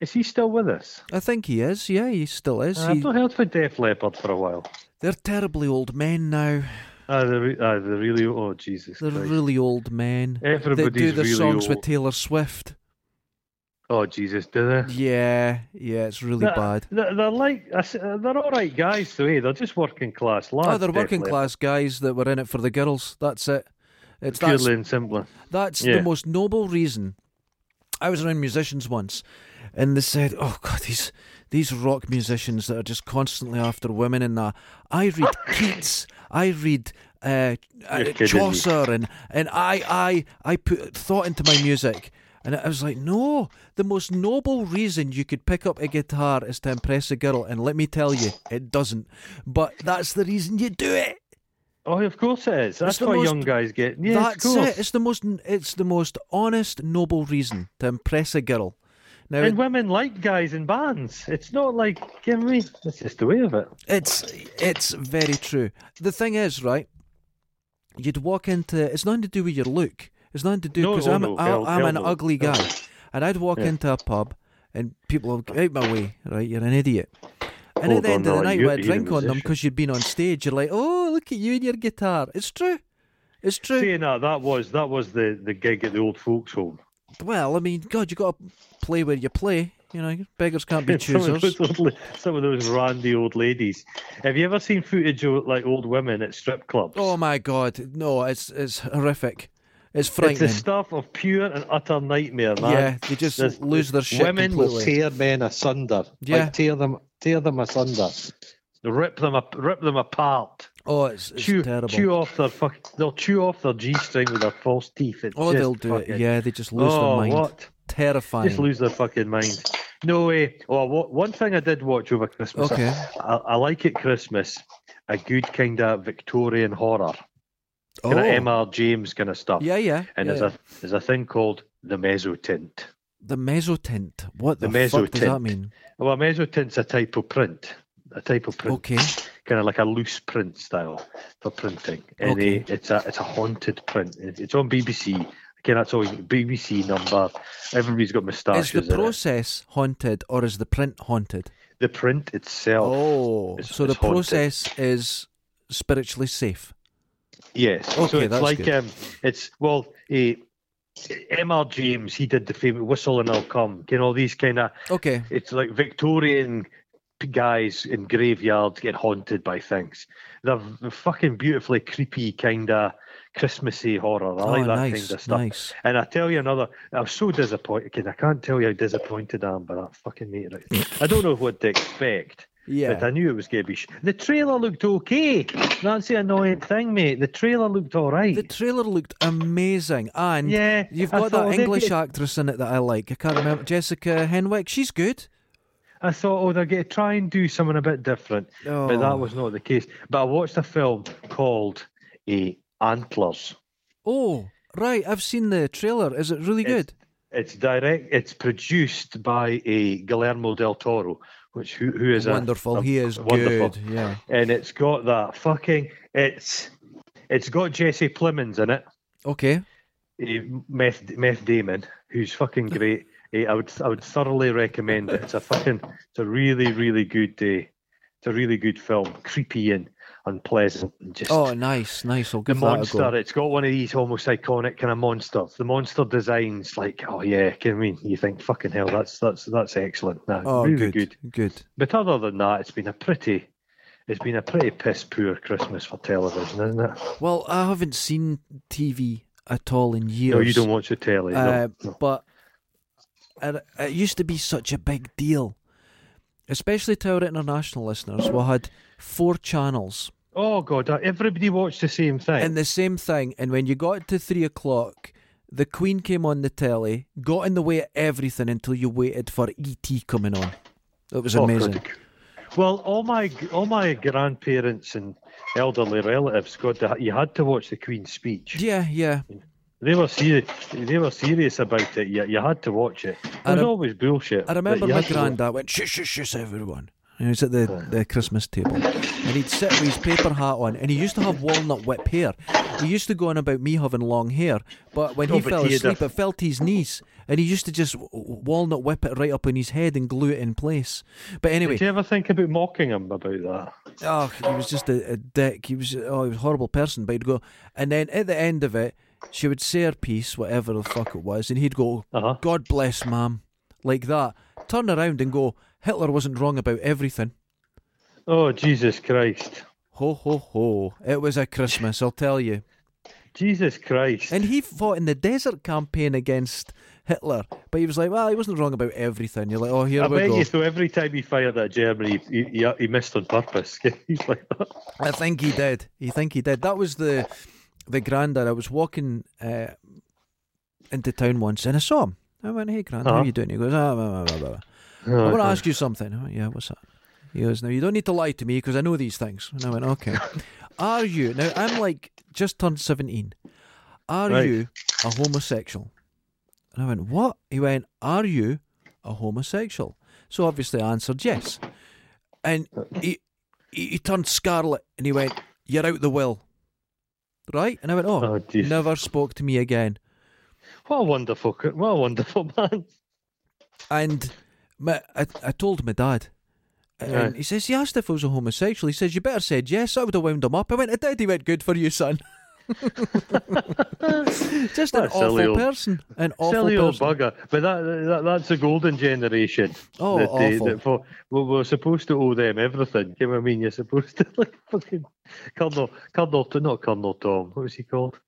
Speaker 1: Is he still with us?
Speaker 2: I think he is. Yeah, he still is.
Speaker 1: Uh,
Speaker 2: He-
Speaker 1: I've not heard from Def Leppard for a while.
Speaker 2: they're terribly old men now.
Speaker 1: Ah, they're, re- ah, they're really oh Jesus
Speaker 2: They're
Speaker 1: Christ!
Speaker 2: really old men. They
Speaker 1: Everybody's
Speaker 2: do the
Speaker 1: really
Speaker 2: songs with
Speaker 1: old.
Speaker 2: Taylor Swift.
Speaker 1: oh Jesus, do they?
Speaker 2: Yeah, yeah, it's really
Speaker 1: They're-
Speaker 2: bad.
Speaker 1: They're, they're like I s- uh, they're all right guys, though. Eh? They're just working class lads.
Speaker 2: Oh, they're
Speaker 1: Def
Speaker 2: working
Speaker 1: Leppard,
Speaker 2: class guys that were in it for the girls. That's it. It's that's,
Speaker 1: Purely and simply.
Speaker 2: that's
Speaker 1: yeah.
Speaker 2: the most noble reason. I was around musicians once, and they said, "Oh God, these these rock musicians that are just constantly after women and that."
Speaker 1: <laughs>
Speaker 2: I read Keats, I read uh, uh,
Speaker 1: kidding me.
Speaker 2: Chaucer, and and I I I put thought into my music. And I was like, no, the most noble reason you could pick up a guitar is to impress a girl. And let me tell you, it doesn't. But that's the reason you do it.
Speaker 1: Oh, of course it is. That's
Speaker 2: the
Speaker 1: why
Speaker 2: most-
Speaker 1: young guys get. Yeah, of
Speaker 2: That's
Speaker 1: course.
Speaker 2: it. It's the most. It's the most honest, noble reason to impress a girl. Now
Speaker 1: And
Speaker 2: it,
Speaker 1: women like guys in bands. It's not like give me. That's just the way of it.
Speaker 2: it's it's very true. The thing is, right? You'd walk into. It's nothing to do with your look. It's nothing to do
Speaker 1: No,
Speaker 2: because
Speaker 1: oh
Speaker 2: I'm
Speaker 1: no,
Speaker 2: I,
Speaker 1: hell-
Speaker 2: I'm
Speaker 1: hell
Speaker 2: an
Speaker 1: no,
Speaker 2: ugly
Speaker 1: hell
Speaker 2: guy, and I'd walk
Speaker 1: Yeah.
Speaker 2: into a pub, and people would out my way. Right, you're an idiot. And at
Speaker 1: Hold
Speaker 2: the end
Speaker 1: on
Speaker 2: of the
Speaker 1: now,
Speaker 2: night,
Speaker 1: you-
Speaker 2: I'd
Speaker 1: you're a
Speaker 2: drink on them
Speaker 1: musician.
Speaker 2: because you'd been on stage. You're like, oh, look at you and your guitar. It's true. It's true.
Speaker 1: Saying that, that was that was the the gig at the old folks' home. <laughs>
Speaker 2: Well, I mean, God, you got to play where you play. You know, beggars
Speaker 1: <laughs>
Speaker 2: can't be
Speaker 1: Some of,
Speaker 2: choosers.
Speaker 1: those old, la- some of those randy old ladies. Have you ever seen footage of like old women at strip clubs?
Speaker 2: Oh my God, no! It's it's horrific. It's
Speaker 1: it's the
Speaker 2: frightening.
Speaker 1: stuff of pure and utter nightmare, man.
Speaker 2: yeah, they just
Speaker 1: There's-
Speaker 2: lose their shit
Speaker 1: Women will
Speaker 2: completely.
Speaker 1: tear men asunder.
Speaker 2: Yeah.
Speaker 1: Like tear them tear them asunder. Rip them up rip them apart.
Speaker 2: oh, it's, it's
Speaker 1: chew
Speaker 2: terrible.
Speaker 1: chew off their fuck they'll chew off their G string with their false teeth. It's
Speaker 2: oh,
Speaker 1: just
Speaker 2: they'll do it.
Speaker 1: fucking-
Speaker 2: Yeah, they just lose
Speaker 1: oh,
Speaker 2: their mind.
Speaker 1: What?
Speaker 2: Terrifying.
Speaker 1: Just lose their fucking mind. No way. Well, wa- one thing I did watch over Christmas. I-
Speaker 2: Okay.
Speaker 1: I, I like at Christmas a good kind of Victorian horror,
Speaker 2: Oh,
Speaker 1: kind of M.R. James kind of stuff.
Speaker 2: yeah, yeah.
Speaker 1: and
Speaker 2: yeah.
Speaker 1: there's a there's a thing called the mezzotint.
Speaker 2: The mezzotint. What the,
Speaker 1: The
Speaker 2: fuck does that
Speaker 1: mezzotint.
Speaker 2: mean?
Speaker 1: Well, mezzotint's a type of print, a type of print,
Speaker 2: Okay.
Speaker 1: kind of like a loose print style for printing. And
Speaker 2: Okay.
Speaker 1: eh, it's a it's a haunted print. It- It's on BBC. Again, that's always BBC number. Everybody's got
Speaker 2: Is
Speaker 1: moustaches.
Speaker 2: the
Speaker 1: in it.
Speaker 2: process haunted or is the print haunted?
Speaker 1: The print itself.
Speaker 2: Oh,
Speaker 1: it's-
Speaker 2: so the
Speaker 1: it's haunted.
Speaker 2: process is spiritually safe.
Speaker 1: Yes. so
Speaker 2: Okay,
Speaker 1: it's
Speaker 2: that's
Speaker 1: like
Speaker 2: good.
Speaker 1: um, it's well, uh, M.R. James. He did the famous whistle and I'll come. You know all these kind of.
Speaker 2: Okay.
Speaker 1: It's like Victorian p- guys in graveyards get haunted by things. They're v- fucking beautifully creepy kind of Christmassy horror. I like
Speaker 2: oh,
Speaker 1: that
Speaker 2: nice.
Speaker 1: kind of stuff.
Speaker 2: Nice.
Speaker 1: And I tell you another, I'm so disappointed. Kid, I can't tell you how disappointed I am by that fucking meter. I don't know what to expect. But
Speaker 2: Yeah.
Speaker 1: I knew it was going to be. Sh- the trailer looked okay. That's the annoying thing, mate. The trailer looked all right.
Speaker 2: The trailer looked amazing, and
Speaker 1: Yeah,
Speaker 2: you've
Speaker 1: I
Speaker 2: got
Speaker 1: thought
Speaker 2: that
Speaker 1: maybe
Speaker 2: English
Speaker 1: it-
Speaker 2: actress in it that I like. I can't remember Jessica Henwick. She's good.
Speaker 1: I thought, oh, they're going to try and do something a bit different. But
Speaker 2: Oh.
Speaker 1: that was not the case. But I watched a film called eh, Antlers.
Speaker 2: Oh, right. I've seen the trailer. Is it really good?
Speaker 1: It's direct. It's produced by a Guillermo del Toro, which who, who is a-
Speaker 2: Wonderful.
Speaker 1: a-
Speaker 2: he is
Speaker 1: wonderful.
Speaker 2: good. Yeah.
Speaker 1: and it's got that fucking it's it's got Jesse Plemons in it,
Speaker 2: Okay.
Speaker 1: eh, Meth Meth Damon, who's fucking great. Eh, I would I would thoroughly recommend it. It's a fucking it's a really really good day. it's a really good film, creepy and unpleasant, and just
Speaker 2: Oh, nice, nice. I'll
Speaker 1: the
Speaker 2: give that a
Speaker 1: monster.
Speaker 2: go.
Speaker 1: It's got one of these almost iconic kind of monsters. The monster designs like oh yeah, I mean you think fucking hell that's that's that's excellent. Nah,
Speaker 2: Oh,
Speaker 1: really
Speaker 2: good,
Speaker 1: good.
Speaker 2: good.
Speaker 1: But other than that, it's been a pretty, it's been a pretty piss poor Christmas for television, isn't it?
Speaker 2: Well, I haven't seen TV at all in years.
Speaker 1: No, you don't watch the telly.
Speaker 2: Uh,
Speaker 1: no, no.
Speaker 2: But it, it used to be such a big deal, especially to our international listeners. We had four channels
Speaker 1: Oh God, uh, everybody watched the same thing.
Speaker 2: and the same thing. And when you got to three o'clock, the Queen came on the telly, got in the way of everything until you waited for ET coming on. It was
Speaker 1: Oh, God,
Speaker 2: amazing.
Speaker 1: the- Well, all my all my grandparents and elderly relatives, God, they- you had to watch the Queen's speech.
Speaker 2: Yeah, yeah.
Speaker 1: They were serious. They were serious about it. You, you had to watch it. It
Speaker 2: I
Speaker 1: was
Speaker 2: rem-
Speaker 1: always bullshit.
Speaker 2: I
Speaker 1: but
Speaker 2: remember
Speaker 1: you
Speaker 2: my
Speaker 1: had to watch it.
Speaker 2: granddad went shush shush shush everyone. And he was at the, the Christmas table. And he'd sit with his paper hat on and he used to have walnut whip hair. He used to go on about me having long hair, but when
Speaker 1: Oh,
Speaker 2: he
Speaker 1: but
Speaker 2: fell
Speaker 1: he had a-
Speaker 2: asleep it fell to his knees and he used to just w- w- walnut whip it right up on his head and glue it in place. But anyway,
Speaker 1: Did you ever think about mocking him about that?
Speaker 2: oh, he was just a, a dick. He was oh, he was a horrible person. But he'd go, and then at the end of it, she would say her piece, whatever the fuck it was, and he'd go,
Speaker 1: Uh-huh.
Speaker 2: "God bless, ma'am," like that. Turn around and go, Hitler wasn't wrong about everything.
Speaker 1: Oh Jesus Christ!
Speaker 2: Ho ho ho! It was a Christmas, I'll tell you.
Speaker 1: Jesus Christ!
Speaker 2: And he fought in the desert campaign against Hitler, but he was like, "Well, he wasn't wrong about everything." You're like, "Oh, here
Speaker 1: I
Speaker 2: we
Speaker 1: bet
Speaker 2: go."
Speaker 1: you so every time he fired at Germany, he, he, he missed on purpose. <laughs> He's like that.
Speaker 2: I think he did. You think he did? That was the the grandad. I was walking uh, into town once and I saw him. I went, "Hey, grand, how
Speaker 1: Uh-huh.
Speaker 2: you doing?" He goes, "Ah, blah, blah, blah, blah. I
Speaker 1: oh,
Speaker 2: want to ask you something." I went, "Yeah, what's that?" He goes, "Now you don't need to lie to me because I know these things." And I went, "Okay." Are you now? I'm like just turned seventeen. Are
Speaker 1: Right.
Speaker 2: you a homosexual? And I went, "What?" He went, "Are you a homosexual?" So obviously, I answered yes. And he he, he turned scarlet and he went, "You're out the will." Right? And I went, "Oh,
Speaker 1: Oh, Jesus.
Speaker 2: never spoke to me again."
Speaker 1: What a wonderful, cr- what a wonderful <laughs> man.
Speaker 2: And my, I I told my dad. And
Speaker 1: Right.
Speaker 2: he says he asked if I was a homosexual. He says you better said yes. I would have wound him up. I went, I did. He went, good for
Speaker 1: <laughs>
Speaker 2: you, son. Just an
Speaker 1: That
Speaker 2: awful
Speaker 1: silly old-
Speaker 2: person. An awful
Speaker 1: Silly old
Speaker 2: person.
Speaker 1: bugger. But that, that that's the golden generation.
Speaker 2: Oh,
Speaker 1: that they-
Speaker 2: awful.
Speaker 1: that for, we- we're supposed to owe them everything. You know what I mean? You're supposed to <laughs> like fucking Colonel, Colonel, not Colonel Tom. What was he called?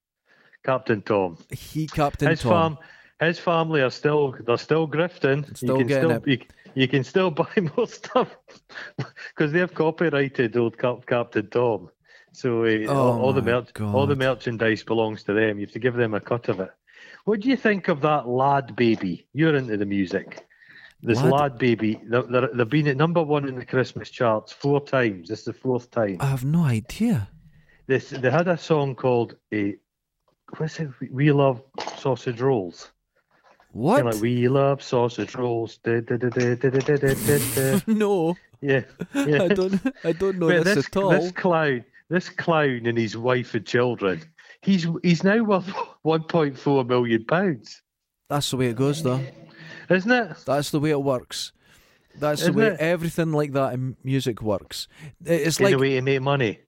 Speaker 1: Captain Tom.
Speaker 2: He Captain
Speaker 1: his
Speaker 2: Tom.
Speaker 1: farm, his family are still they're still grifting.
Speaker 2: Still
Speaker 1: you can
Speaker 2: getting
Speaker 1: still you, you can still <laughs> buy more stuff because they've copyrighted old Cap- Captain Tom. So uh, all, all the
Speaker 2: Oh my
Speaker 1: merch, all the
Speaker 2: God.
Speaker 1: merchandise belongs to them. You have to give them a cut of it. What do you think of that lad baby? You're into the music. This
Speaker 2: Lad-
Speaker 1: lad, baby, they're, they're, they've been at number one in the Christmas charts four times. This is the fourth time
Speaker 2: I have no idea.
Speaker 1: they they had uh, a song called a what's it? We love sausage rolls. Kinda
Speaker 2: What?
Speaker 1: Like, we love sausage rolls. Da, da, da, da, da, da, da, da, da,
Speaker 2: <laughs>
Speaker 1: da.
Speaker 2: <laughs> no,
Speaker 1: yeah, yeah.
Speaker 2: I don't. I don't
Speaker 1: <laughs>
Speaker 2: know
Speaker 1: But
Speaker 2: this,
Speaker 1: this,
Speaker 2: at all.
Speaker 1: this clown, this clown, and his wife and children. He's he's now worth <laughs> 1.4 million pounds,
Speaker 2: That's the way it goes, though.
Speaker 1: isn't it?
Speaker 2: That's the way it works. That's
Speaker 1: Isn't
Speaker 2: the way
Speaker 1: it?
Speaker 2: everything like that in music works. It- It's
Speaker 1: It's
Speaker 2: like
Speaker 1: a way to make money.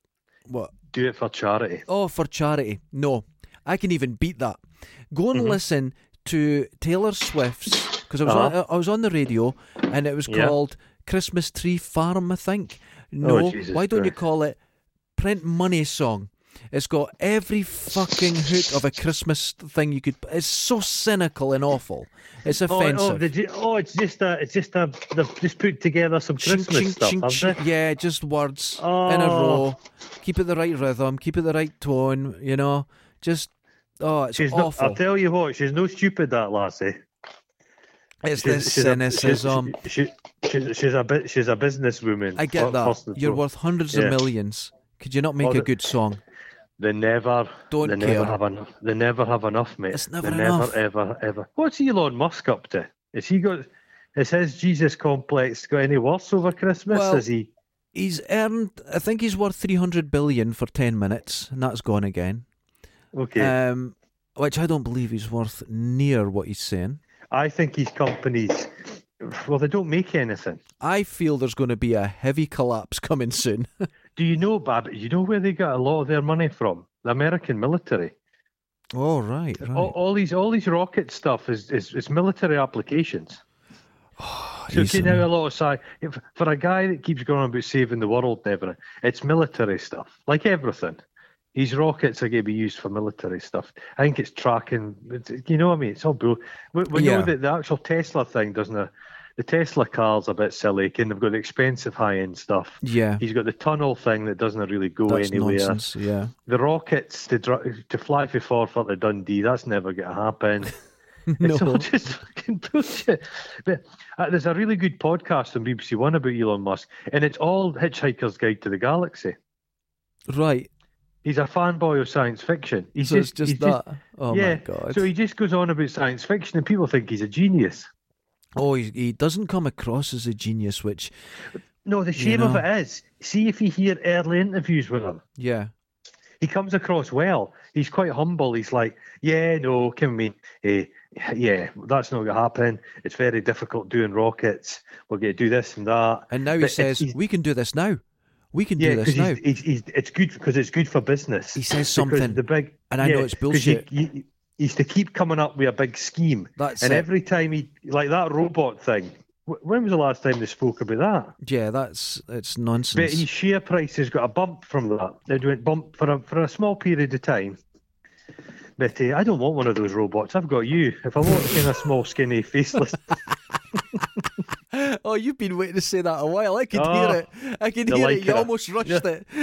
Speaker 2: what?
Speaker 1: Do it for charity.
Speaker 2: Oh, for charity. No, I can even beat that. Go
Speaker 1: Mm-hmm.
Speaker 2: and listen to Taylor Swift's because I was
Speaker 1: Uh-huh.
Speaker 2: on, I was on the radio and it was
Speaker 1: Yeah. Oh,
Speaker 2: called Christmas Tree Farm, I think. No,
Speaker 1: Jesus
Speaker 2: why don't you
Speaker 1: Christ.
Speaker 2: call it Print Money Song? It's got every fucking hoot of a Christmas thing you could. It's so cynical and awful. It's
Speaker 1: Oh,
Speaker 2: offensive.
Speaker 1: oh, did you, oh, it's just a, it's just a, they've just put together some
Speaker 2: Ching,
Speaker 1: Christmas
Speaker 2: ching,
Speaker 1: stuff,
Speaker 2: ching,
Speaker 1: haven't
Speaker 2: ching.
Speaker 1: they?
Speaker 2: Yeah, just words in a
Speaker 1: Oh.
Speaker 2: row. Keep it the right rhythm. Keep it the right tone. You know, just oh, it's
Speaker 1: She's not,
Speaker 2: awful.
Speaker 1: I'll tell you what, she's no stupid, that lassie. She's,
Speaker 2: it's this
Speaker 1: she's a- she's-
Speaker 2: cynicism.
Speaker 1: She, she, she's a bit. She's a businesswoman.
Speaker 2: I get
Speaker 1: fir-
Speaker 2: that.
Speaker 1: first and
Speaker 2: You're
Speaker 1: foremost.
Speaker 2: worth hundreds
Speaker 1: Yeah.
Speaker 2: of millions. Could you not make
Speaker 1: Oh,
Speaker 2: a
Speaker 1: the-
Speaker 2: good song?
Speaker 1: They never.
Speaker 2: Don't
Speaker 1: they
Speaker 2: care.
Speaker 1: Never have enough. They never have enough, mate.
Speaker 2: It's never
Speaker 1: they
Speaker 2: enough.
Speaker 1: Never, ever, ever. What's Elon Musk up to? Is he got? Is his Jesus complex got any worse over Christmas?
Speaker 2: Well-
Speaker 1: is he?
Speaker 2: He's earned. I think he's worth three hundred billion for ten minutes, and that's gone again.
Speaker 1: Okay.
Speaker 2: Um, which I don't believe he's worth near what he's saying.
Speaker 1: I think his companies. Well, they don't make anything.
Speaker 2: I feel there's going to be a heavy collapse coming soon. <laughs>
Speaker 1: Do you know, Bab? You know where they got a lot of their money from? The American military.
Speaker 2: oh right, right.
Speaker 1: All, all these, all these rocket stuff is is, is military applications. So you
Speaker 2: Decent.
Speaker 1: know a lot of sci- if, for a guy that keeps going on about saving the world and everything, it's military stuff, like everything. These rockets are going to be used for military stuff. I think it's tracking. it's- you know what I mean? It's all bull. We, we
Speaker 2: Yeah.
Speaker 1: know that the actual Tesla thing doesn't. It? The Tesla car's a bit silly, and they've got the expensive high-end stuff.
Speaker 2: yeah.
Speaker 1: He's got the tunnel thing that doesn't really go
Speaker 2: That's
Speaker 1: anywhere.
Speaker 2: nonsense.
Speaker 1: <laughs>
Speaker 2: Yeah. <laughs>
Speaker 1: The rockets to dr- to fly before for the Dundee. That's never going to happen. It's all
Speaker 2: No.
Speaker 1: <laughs> just fucking bullshit. But uh, there's a really good podcast on BBC One about Elon Musk, and it's all Hitchhiker's Guide to the Galaxy.
Speaker 2: Right.
Speaker 1: He's a fanboy of science fiction. He's
Speaker 2: so it's
Speaker 1: he's
Speaker 2: just that. oh
Speaker 1: yeah.
Speaker 2: my god.
Speaker 1: So he just goes on about science fiction, and people think he's a genius.
Speaker 2: oh, he, he doesn't come across as a genius, which
Speaker 1: No, the shame of
Speaker 2: know.
Speaker 1: it is, see if you hear early interviews with him.
Speaker 2: yeah.
Speaker 1: he comes across well. He's quite humble. He's like, yeah, no, can we? Eh, yeah, that's not going to happen. It's very difficult doing rockets. We're going to do this and that.
Speaker 2: And now he
Speaker 1: But it-
Speaker 2: says,
Speaker 1: he's-
Speaker 2: "We can do this now. We can
Speaker 1: yeah,
Speaker 2: do
Speaker 1: because
Speaker 2: this now."
Speaker 1: he's, he's, he's, it's good because it's good for business.
Speaker 2: He says
Speaker 1: Because
Speaker 2: something,
Speaker 1: The big,
Speaker 2: and I know
Speaker 1: yeah,
Speaker 2: it's
Speaker 1: 'cause you-
Speaker 2: bullshit.
Speaker 1: you- he's to keep coming up with a big scheme.
Speaker 2: That's
Speaker 1: and
Speaker 2: it.
Speaker 1: every time he, like that robot thing. wh- When was the last time they spoke about that?
Speaker 2: yeah, that's it's
Speaker 1: But
Speaker 2: nonsense.
Speaker 1: his share price has got a bump from that. It went bump for a, for a small period of time. But uh, I don't want one of those robots. I've got you. If I want kind of small, skinny, <laughs> faceless,
Speaker 2: oh, you've been waiting to say that a while. I could
Speaker 1: Oh,
Speaker 2: hear it. I could
Speaker 1: they're
Speaker 2: hear it.
Speaker 1: liking
Speaker 2: You
Speaker 1: it.
Speaker 2: almost rushed it. <laughs>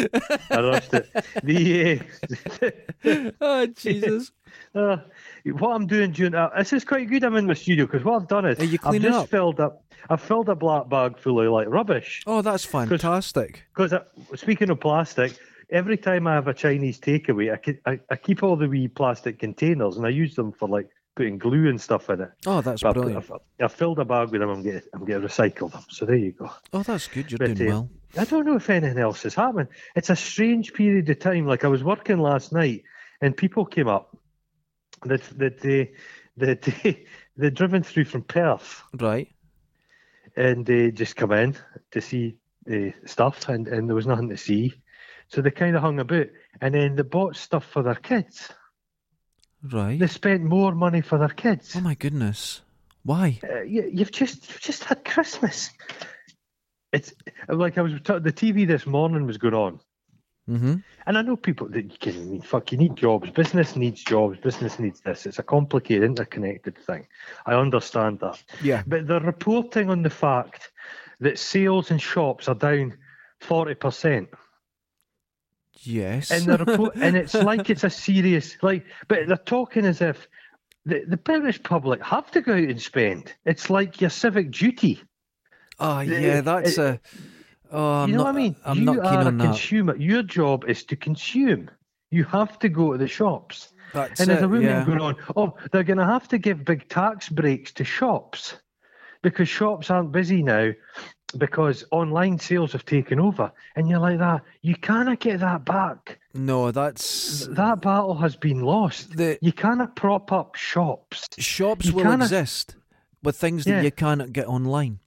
Speaker 1: I rushed it. The,
Speaker 2: oh
Speaker 1: <laughs>
Speaker 2: Jesus!
Speaker 1: uh, uh, what I'm doing during uh, this is quite good. I'm in my studio because what I've done is
Speaker 2: Are you
Speaker 1: I've
Speaker 2: cleaning
Speaker 1: just
Speaker 2: up?
Speaker 1: filled up. I've filled a black bag full of like rubbish.
Speaker 2: Oh, that's fantastic.
Speaker 1: Because speaking of plastic, every time I have a Chinese takeaway, I, ke- I, I keep all the wee plastic containers and I use them for like putting glue and stuff in it.
Speaker 2: Oh, that's
Speaker 1: But
Speaker 2: brilliant.
Speaker 1: I've, I've, I've filled a bag with them. I'm getting, I'm getting recycled them. So there you go.
Speaker 2: Oh, that's good. You're
Speaker 1: But,
Speaker 2: doing
Speaker 1: uh,
Speaker 2: well.
Speaker 1: I don't know if anything else is happening. It's a strange period of time. Like I was working last night, and people came up that that they that they <laughs> they'd driven through from Perth
Speaker 2: Right.
Speaker 1: and they just come in to see uh, stuff, and and there was nothing to see, so they kind of hung about, and then they bought stuff for their kids.
Speaker 2: Right.
Speaker 1: They spent more money for their kids.
Speaker 2: Oh my goodness. Why?
Speaker 1: uh, you, you've just you've just had Christmas. It's like I was t- the TV this morning was going on,
Speaker 2: Mm-hmm.
Speaker 1: and I know people that you can I mean, fuck. You need jobs. Business needs jobs. Business needs this. It's a complicated, interconnected thing. I understand that,
Speaker 2: Yeah.
Speaker 1: but they're reporting on the fact that sales in shops are down forty percent,
Speaker 2: Yes.
Speaker 1: and the
Speaker 2: <laughs>
Speaker 1: report, and it's like it's a serious like. But they're talking as if. The, the British public have to go out and spend. It's like your civic duty.
Speaker 2: Oh yeah, that's a. Oh, I'm
Speaker 1: you know
Speaker 2: not,
Speaker 1: what I mean?
Speaker 2: I'm
Speaker 1: you
Speaker 2: not
Speaker 1: are
Speaker 2: keen on
Speaker 1: a
Speaker 2: that.
Speaker 1: consumer. Your job is to consume. You have to go to the shops.
Speaker 2: That's
Speaker 1: And
Speaker 2: it.
Speaker 1: there's a rumour
Speaker 2: yeah.
Speaker 1: going on. Oh, they're going to have to give big tax breaks to shops because shops aren't busy now because online sales have taken over. And you're like that. You cannot get that back.
Speaker 2: No, that's
Speaker 1: That battle has been lost.
Speaker 2: the
Speaker 1: You cannot prop up shops.
Speaker 2: shops
Speaker 1: you
Speaker 2: will
Speaker 1: cannot-
Speaker 2: exist with things that
Speaker 1: Yeah.
Speaker 2: you cannot get online.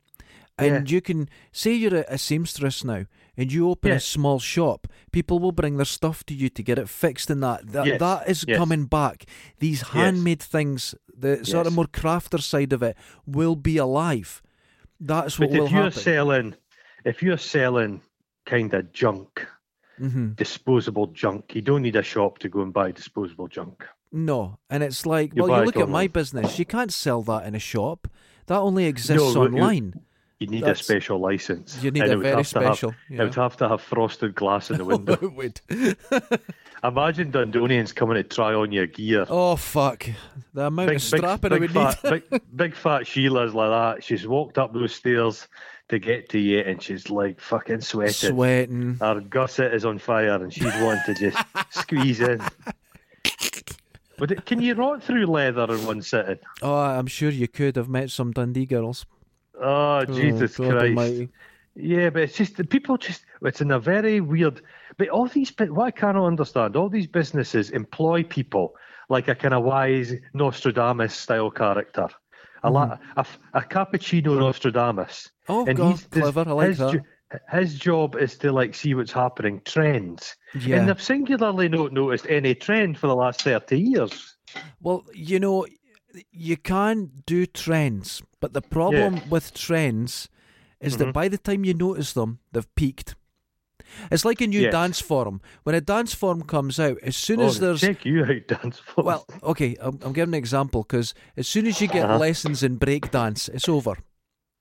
Speaker 2: And you can say you're a, a seamstress now and you open
Speaker 1: Yeah.
Speaker 2: a small shop, people will bring their stuff to you to get it fixed and that. That,
Speaker 1: Yes,
Speaker 2: that is
Speaker 1: yes.
Speaker 2: coming back. These handmade things, the sort of
Speaker 1: Yes.
Speaker 2: more crafter side of it, will be alive. That's what
Speaker 1: But
Speaker 2: will
Speaker 1: if you're
Speaker 2: happen.
Speaker 1: selling, if you're selling kind of junk,
Speaker 2: hmm
Speaker 1: disposable junk, you don't need a shop to go and buy disposable junk.
Speaker 2: No. And it's like,
Speaker 1: You
Speaker 2: well,
Speaker 1: buy
Speaker 2: you
Speaker 1: it
Speaker 2: look at my
Speaker 1: online.
Speaker 2: business, you can't sell that in a shop. That
Speaker 1: <laughs>
Speaker 2: only exists
Speaker 1: but you-
Speaker 2: online.
Speaker 1: <laughs> You need
Speaker 2: That's-
Speaker 1: a special license.
Speaker 2: you need
Speaker 1: and
Speaker 2: a
Speaker 1: it would
Speaker 2: very
Speaker 1: have to have-
Speaker 2: special, you
Speaker 1: it would
Speaker 2: know.
Speaker 1: have to have frosted glass in the window.
Speaker 2: It would.
Speaker 1: Imagine Dundonians coming to try on your gear.
Speaker 2: <laughs> oh fuck! The amount
Speaker 1: big,
Speaker 2: of strapping I
Speaker 1: big,
Speaker 2: would
Speaker 1: big,
Speaker 2: need.
Speaker 1: fat,
Speaker 2: <laughs>
Speaker 1: big, big fat Sheila's like that. She's walked up those stairs to get to you, and she's like fucking sweating.
Speaker 2: Sweating.
Speaker 1: Her gusset is on fire, and she's wanting to
Speaker 2: <laughs>
Speaker 1: just squeeze in. But it, can you rot through leather in one sitting?
Speaker 2: Oh, I'm sure you could have met some Dundee girls.
Speaker 1: Oh, Jesus
Speaker 2: God
Speaker 1: Christ!
Speaker 2: almighty.
Speaker 1: Yeah, but it's just the people just it's in a very weird but all these bu- what I cannot understand, all these businesses employ people like a kind of wise Nostradamus style character. A, la, a, f- a cappuccino Nostradamus.
Speaker 2: Mm-hmm. Oh, God, clever, I like
Speaker 1: his,
Speaker 2: that.
Speaker 1: jo- his job is to like see what's happening, trends.
Speaker 2: Yeah.
Speaker 1: And they've singularly not noticed any trend for the last thirty years.
Speaker 2: Well, you know, you can do trends, but the problem with trends is
Speaker 1: Mm-hmm.
Speaker 2: that by the time you notice them, they've peaked. It's like a new
Speaker 1: Yes.
Speaker 2: dance form. When a dance form comes out, as soon
Speaker 1: Oh,
Speaker 2: as there's
Speaker 1: check you out, <laughs> dance for
Speaker 2: well, okay, I'm, I'm giving an example because as soon as you get
Speaker 1: Uh-huh.
Speaker 2: lessons in breakdance, it's over.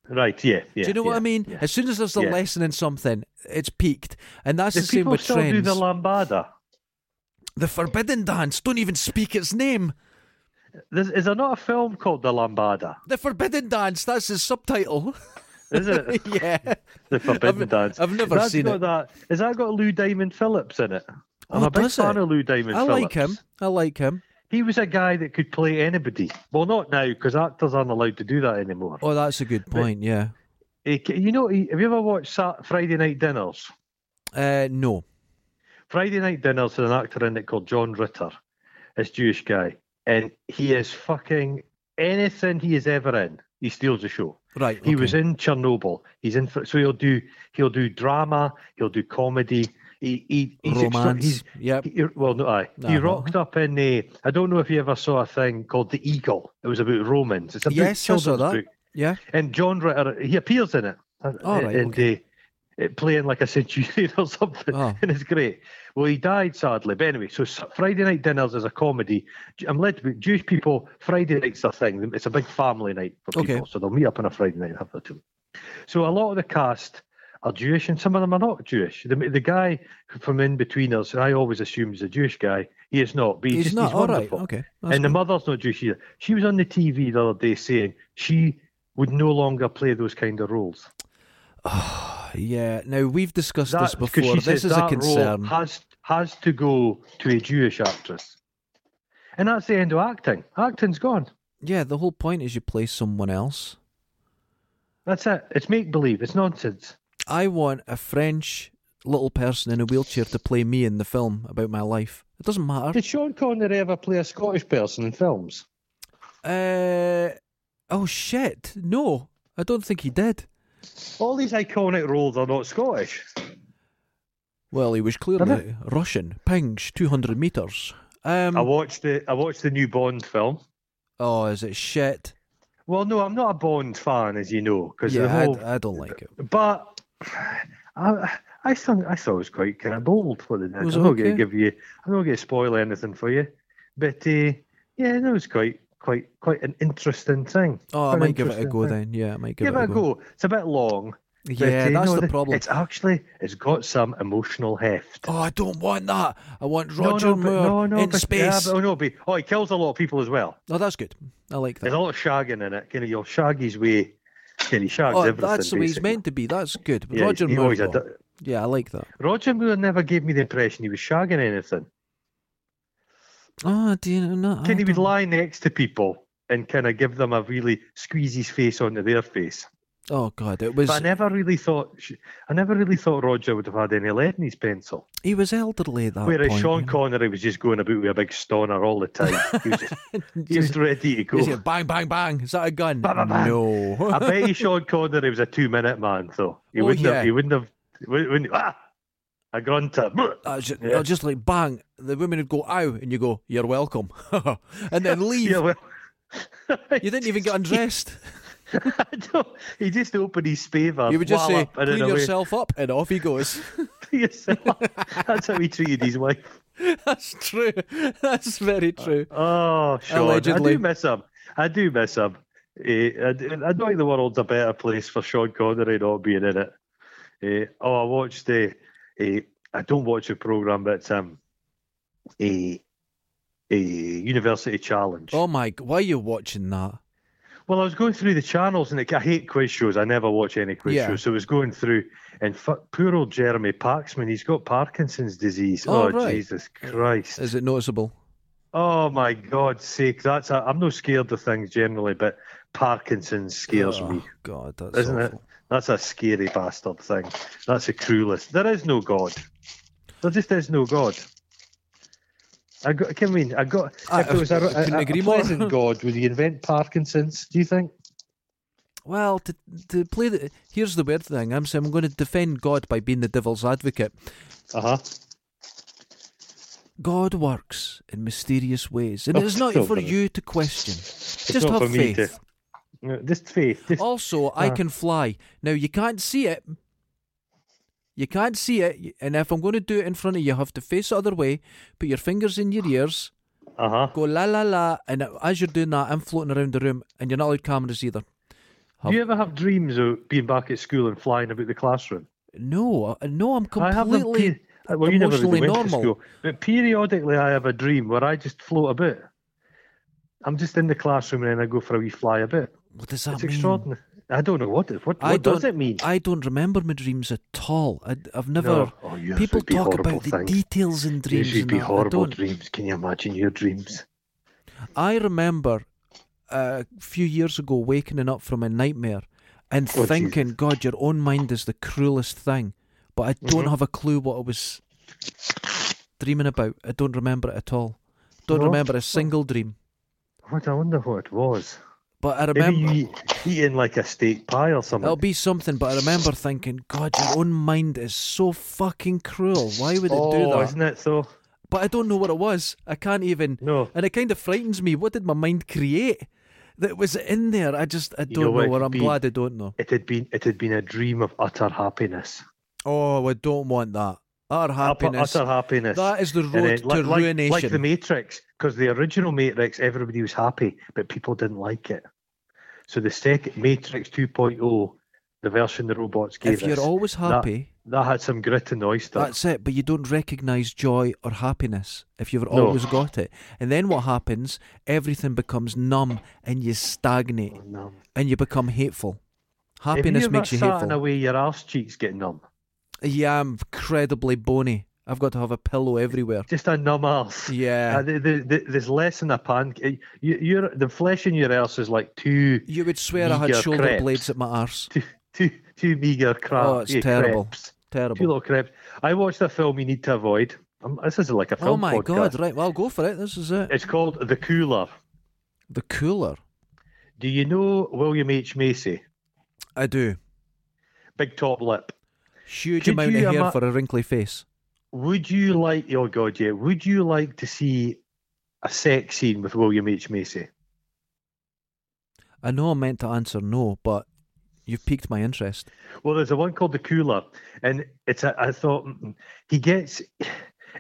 Speaker 1: Right, yeah, yeah.
Speaker 2: Do you know what I mean? As soon as there's a
Speaker 1: yeah.
Speaker 2: lesson in something, it's peaked, and that's
Speaker 1: Do
Speaker 2: the same
Speaker 1: people
Speaker 2: with
Speaker 1: still
Speaker 2: trends.
Speaker 1: do the lambada?
Speaker 2: The forbidden dance. Don't even speak its name.
Speaker 1: There's, is there not a film called The Lambada?
Speaker 2: The forbidden dance. That's his subtitle. <laughs>
Speaker 1: Is it
Speaker 2: yeah.
Speaker 1: The Forbidden
Speaker 2: I've-
Speaker 1: Dance?
Speaker 2: I've never
Speaker 1: That's
Speaker 2: seen
Speaker 1: got
Speaker 2: it.
Speaker 1: That, has that got Lou Diamond Phillips in it? I'm
Speaker 2: Oh,
Speaker 1: a big
Speaker 2: does
Speaker 1: fan
Speaker 2: it?
Speaker 1: of Lou Diamond
Speaker 2: I
Speaker 1: Phillips.
Speaker 2: like him. I like him.
Speaker 1: He was a guy that could play anybody. Well, not now, because actors aren't allowed to do that anymore.
Speaker 2: Oh, that's a good point. Yeah.
Speaker 1: He ca- you know, he- have you ever watched Sat- Friday Night Dinners?
Speaker 2: Uh, no.
Speaker 1: Friday Night Dinners had an actor in it called John Ritter, this Jewish guy. And he is fucking anything he is ever in, he steals the show.
Speaker 2: Right.
Speaker 1: He
Speaker 2: okay.
Speaker 1: was in Chernobyl. He's in, so he'll do he'll do drama. He'll do comedy. He, he, he's extra-
Speaker 2: romance.
Speaker 1: he's,
Speaker 2: yep.
Speaker 1: he, well, no, aye. He
Speaker 2: Uh-huh.
Speaker 1: rocked up in a. I don't know if you ever saw a thing called The Eagle. It was about Romans. It's a big
Speaker 2: Yes, I saw
Speaker 1: children's
Speaker 2: that.
Speaker 1: book.
Speaker 2: Yeah.
Speaker 1: And John Ritter, he appears in it.
Speaker 2: All right,
Speaker 1: and
Speaker 2: okay.
Speaker 1: uh, it playing like a centurion <laughs> or something,
Speaker 2: Oh.
Speaker 1: and it's great. Well, he died sadly, but anyway. So S- Friday night dinners is a comedy. J- I'm led to be- Jewish people. Friday night's a thing. It's a big family night for
Speaker 2: Okay.
Speaker 1: people, so they'll meet up on a Friday night and have their two. So a lot of the cast are Jewish, and some of them are not Jewish. The, the guy from in between us, and I always assume he's a Jewish guy. He is not, but he's,
Speaker 2: He's
Speaker 1: just,
Speaker 2: not.
Speaker 1: he's
Speaker 2: All right.
Speaker 1: wonderful.
Speaker 2: Okay. That's
Speaker 1: and the mother's not Jewish either. She was on the TV the other day saying she would no longer play those kind of roles.
Speaker 2: good. yeah. Now we've discussed this
Speaker 1: That- 'cause she
Speaker 2: before.
Speaker 1: says
Speaker 2: This is a
Speaker 1: that
Speaker 2: concern.
Speaker 1: Role has has to go to a Jewish actress, and that's the end of acting. Acting's gone.
Speaker 2: yeah. The whole point is you play someone else.
Speaker 1: That's it. It's make believe. It's nonsense.
Speaker 2: I want a French little person in a wheelchair to play me in the film about my life. It doesn't matter.
Speaker 1: <laughs> Did Sean Connery ever play a Scottish person in films?
Speaker 2: Uh, oh shit! No, I don't think he did.
Speaker 1: All these iconic roles are not Scottish.
Speaker 2: Well, he was
Speaker 1: Did
Speaker 2: clearly Russian. Pings, two hundred meters.
Speaker 1: I
Speaker 2: Um.
Speaker 1: watched the I watched the new Bond film.
Speaker 2: Oh, is it shit?
Speaker 1: Well, no, I'm not a Bond fan, as you know, because the
Speaker 2: Yeah, I
Speaker 1: whole
Speaker 2: d- I, don't like it.
Speaker 1: But <sighs> I, I thought I thought it was quite kind of bold for the
Speaker 2: Was
Speaker 1: next.
Speaker 2: it
Speaker 1: I'm not going
Speaker 2: okay?
Speaker 1: to give you. I'm not going to spoil anything for you. But uh, yeah, that was quite quite quite an interesting thing. Quite
Speaker 2: Oh, I
Speaker 1: an
Speaker 2: might give it a
Speaker 1: interesting
Speaker 2: go
Speaker 1: thing.
Speaker 2: then. Yeah, I might give,
Speaker 1: Give, it a go. It's a bit long. but,
Speaker 2: Yeah,
Speaker 1: uh,
Speaker 2: that's
Speaker 1: no,
Speaker 2: the
Speaker 1: th-
Speaker 2: problem.
Speaker 1: It's actually it's got some emotional heft.
Speaker 2: Oh, I don't want that. I want Roger
Speaker 1: no, no, but-
Speaker 2: Moore
Speaker 1: no, no,
Speaker 2: in
Speaker 1: but- yeah,
Speaker 2: space.
Speaker 1: but- oh no, but, oh, he kills a lot of people as well.
Speaker 2: oh, that's good. I like that.
Speaker 1: There's a lot of shagging in it. Kind of your shaggy's way. Kind of shags
Speaker 2: Oh,
Speaker 1: everything.
Speaker 2: that's the way he's
Speaker 1: basically.
Speaker 2: meant to be. That's good.
Speaker 1: Yeah,
Speaker 2: Roger
Speaker 1: he
Speaker 2: Moore.
Speaker 1: always had
Speaker 2: though.
Speaker 1: that-
Speaker 2: Yeah, I like that.
Speaker 1: Roger Moore never gave me the impression he was shagging anything.
Speaker 2: Oh, do you know?
Speaker 1: Kenny would lie next to people and kind of give them a really squeeze his face onto their face.
Speaker 2: Oh God, it was.
Speaker 1: But I never really thought sh- I never really thought Roger would have had any lead in his pencil.
Speaker 2: He was elderly at that
Speaker 1: Whereas
Speaker 2: point.
Speaker 1: Sean
Speaker 2: you know.
Speaker 1: Connery was just going about with a big stoner all the time. He was, just, he was
Speaker 2: <laughs> Just-
Speaker 1: ready to go.
Speaker 2: just bang, bang, bang. Is that a gun?
Speaker 1: Bang, bang, bang.
Speaker 2: No. <laughs>
Speaker 1: I bet you Sean Connery was a two minute man though. He
Speaker 2: Oh,
Speaker 1: wouldn't
Speaker 2: yeah.
Speaker 1: have he wouldn't have he wouldn't, wouldn't- ah, a grunter.
Speaker 2: I was just,
Speaker 1: Yeah.
Speaker 2: just like bang, the women would go ow, and you go, "You're welcome," <laughs> and then leave.
Speaker 1: Yeah, well, <laughs>
Speaker 2: <laughs> You didn't even get undressed.
Speaker 1: I don't, he just opened his spaver.
Speaker 2: You would just say,
Speaker 1: wallop, and then
Speaker 2: "Clean
Speaker 1: away.
Speaker 2: yourself up," and off he goes. <laughs>
Speaker 1: Clean <laughs> yourself. That's how he treated his wife.
Speaker 2: That's true. <laughs> That's very
Speaker 1: Uh,
Speaker 2: true.
Speaker 1: Oh, Sean, I
Speaker 2: Allegedly.
Speaker 1: do miss him. I do miss him. Eh, I, d- I don't think the world's a better place for Sean Connery not being in it. Eh, oh, I watched. Uh, I don't watch a program, but um, a a University Challenge.
Speaker 2: Oh my! g- Why are you watching that?
Speaker 1: Well, I was going through the channels, and it, I hate quiz shows. I never watch any quiz
Speaker 2: Yeah.
Speaker 1: shows. So I was going through, and fu- poor old Jeremy Paxman, he's got Parkinson's disease.
Speaker 2: Oh,
Speaker 1: Oh,
Speaker 2: right.
Speaker 1: Jesus Christ.
Speaker 2: Is it noticeable?
Speaker 1: Oh, my God's sake. That's a, I'm no scared of things generally, but Parkinson's scares
Speaker 2: oh,
Speaker 1: me.
Speaker 2: God, that's
Speaker 1: Isn't it?
Speaker 2: awful.
Speaker 1: That's a scary bastard thing. That's the cruelest. There is no God. There just is no God. I got, I mean, I got.
Speaker 2: I-
Speaker 1: if there was a,
Speaker 2: I Ah, couldn't
Speaker 1: a, a,
Speaker 2: agree
Speaker 1: a
Speaker 2: more. <laughs>
Speaker 1: pleasant God, would he invent Parkinson's? Do you think?
Speaker 2: Well, to to play the here's the weird thing. I'm saying I'm going to defend God by being the devil's advocate.
Speaker 1: Uh huh.
Speaker 2: God works in mysterious ways, and
Speaker 1: Oh,
Speaker 2: it's not
Speaker 1: so
Speaker 2: for
Speaker 1: good.
Speaker 2: you to question. Just
Speaker 1: not for
Speaker 2: have
Speaker 1: me
Speaker 2: faith. Oh.
Speaker 1: to- <laughs> No, Just faith. Just
Speaker 2: Also, I
Speaker 1: Uh.
Speaker 2: can fly. Now you can't see it. You can't see it, and if I'm going to do it in front of you, you have to face the other way. Put your fingers in your ears.
Speaker 1: uh huh.
Speaker 2: Go la la la, and as you're doing that, I'm floating around the room, and you're not allowed cameras either.
Speaker 1: Do you ever have dreams of being back at school and flying about the classroom?
Speaker 2: No, I- no, I'm
Speaker 1: I have them
Speaker 2: completely.
Speaker 1: pe- uh, well, you never
Speaker 2: emotionally
Speaker 1: really went
Speaker 2: normal.
Speaker 1: to school, but periodically I have a dream where I just float about. I'm just in the classroom and then I go for a wee fly about.
Speaker 2: What does that
Speaker 1: It's
Speaker 2: mean?
Speaker 1: extraordinary. I don't know what it, what,
Speaker 2: I
Speaker 1: what
Speaker 2: don't.
Speaker 1: does it mean.
Speaker 2: I don't remember my dreams at all. I, have never.
Speaker 1: No. Oh, yes,
Speaker 2: People
Speaker 1: it'd be
Speaker 2: talk
Speaker 1: horrible
Speaker 2: about the
Speaker 1: things.
Speaker 2: details in dreams.
Speaker 1: These would
Speaker 2: and
Speaker 1: be
Speaker 2: that.
Speaker 1: horrible
Speaker 2: I don't.
Speaker 1: dreams. Can you imagine your dreams?
Speaker 2: I remember uh, a few years ago waking up from a nightmare and
Speaker 1: Oh,
Speaker 2: thinking, God, your own mind is the cruelest thing. But I don't
Speaker 1: Mm-hmm.
Speaker 2: have a clue what I was dreaming about. I don't remember it at all. Don't
Speaker 1: No? Oh.
Speaker 2: remember a single dream.
Speaker 1: What I wonder what it was.
Speaker 2: But I
Speaker 1: Maybe
Speaker 2: remember.
Speaker 1: you eat, eating like a steak pie or something.
Speaker 2: It'll be something, but I remember thinking, God, your own mind is so fucking cruel. Why would it
Speaker 1: oh,
Speaker 2: do that?
Speaker 1: isn't it so?
Speaker 2: But I don't know what it was. I can't even.
Speaker 1: No.
Speaker 2: And it kind of frightens me. What did my mind create that was in there? I just, I
Speaker 1: know
Speaker 2: don't
Speaker 1: what
Speaker 2: know, or
Speaker 1: it'd
Speaker 2: I'm
Speaker 1: be?
Speaker 2: glad I don't know.
Speaker 1: It had been it had been a dream of utter happiness.
Speaker 2: Oh, I don't want that. Our
Speaker 1: Upper-
Speaker 2: happiness.
Speaker 1: utter happiness.
Speaker 2: That is the
Speaker 1: And
Speaker 2: road
Speaker 1: then, like,
Speaker 2: to
Speaker 1: like-
Speaker 2: ruination.
Speaker 1: Like the Matrix, because the original Matrix, everybody was happy, but people didn't like it. So the second Matrix 2.0, the version the robots gave
Speaker 2: if you're
Speaker 1: us,
Speaker 2: always happy,
Speaker 1: that had some grit and oyster.
Speaker 2: that's it. But you don't recognise joy or happiness if you've
Speaker 1: No.
Speaker 2: always got it. And then what happens? Everything becomes numb and you stagnate
Speaker 1: numb.
Speaker 2: and you become hateful.
Speaker 1: Have
Speaker 2: Happiness
Speaker 1: you ever
Speaker 2: makes you
Speaker 1: sat
Speaker 2: hateful.
Speaker 1: in a way your arse cheeks get numb.
Speaker 2: Yeah, I'm incredibly bony. I've got to have a pillow everywhere.
Speaker 1: Just a numb arse.
Speaker 2: Yeah.
Speaker 1: Uh, the, the, the, there's less than a pancake. You, you're, the flesh in your arse is like two
Speaker 2: You would swear I had
Speaker 1: Meager
Speaker 2: shoulder
Speaker 1: crepes.
Speaker 2: blades at my arse.
Speaker 1: two, two, two meager crap.
Speaker 2: Oh, it's terrible.
Speaker 1: Two
Speaker 2: Terrible.
Speaker 1: little crepes. I watched a film you need to avoid. Um, this is like a film
Speaker 2: Oh my
Speaker 1: podcast.
Speaker 2: god! Right, well, go for it. This is it.
Speaker 1: It's called The Cooler.
Speaker 2: The cooler.
Speaker 1: Do you know William H. Macy?
Speaker 2: I do.
Speaker 1: Big top lip.
Speaker 2: Huge
Speaker 1: Could
Speaker 2: amount of
Speaker 1: you um,
Speaker 2: hair
Speaker 1: ima-
Speaker 2: for a wrinkly face.
Speaker 1: Would you like, oh God, yeah, would you like to see a sex scene with William H. Macy?
Speaker 2: I know I meant to answer no, but you've piqued my interest.
Speaker 1: Well, there's a one called The Cooler, and it's a, I thought mm, he gets. <sighs>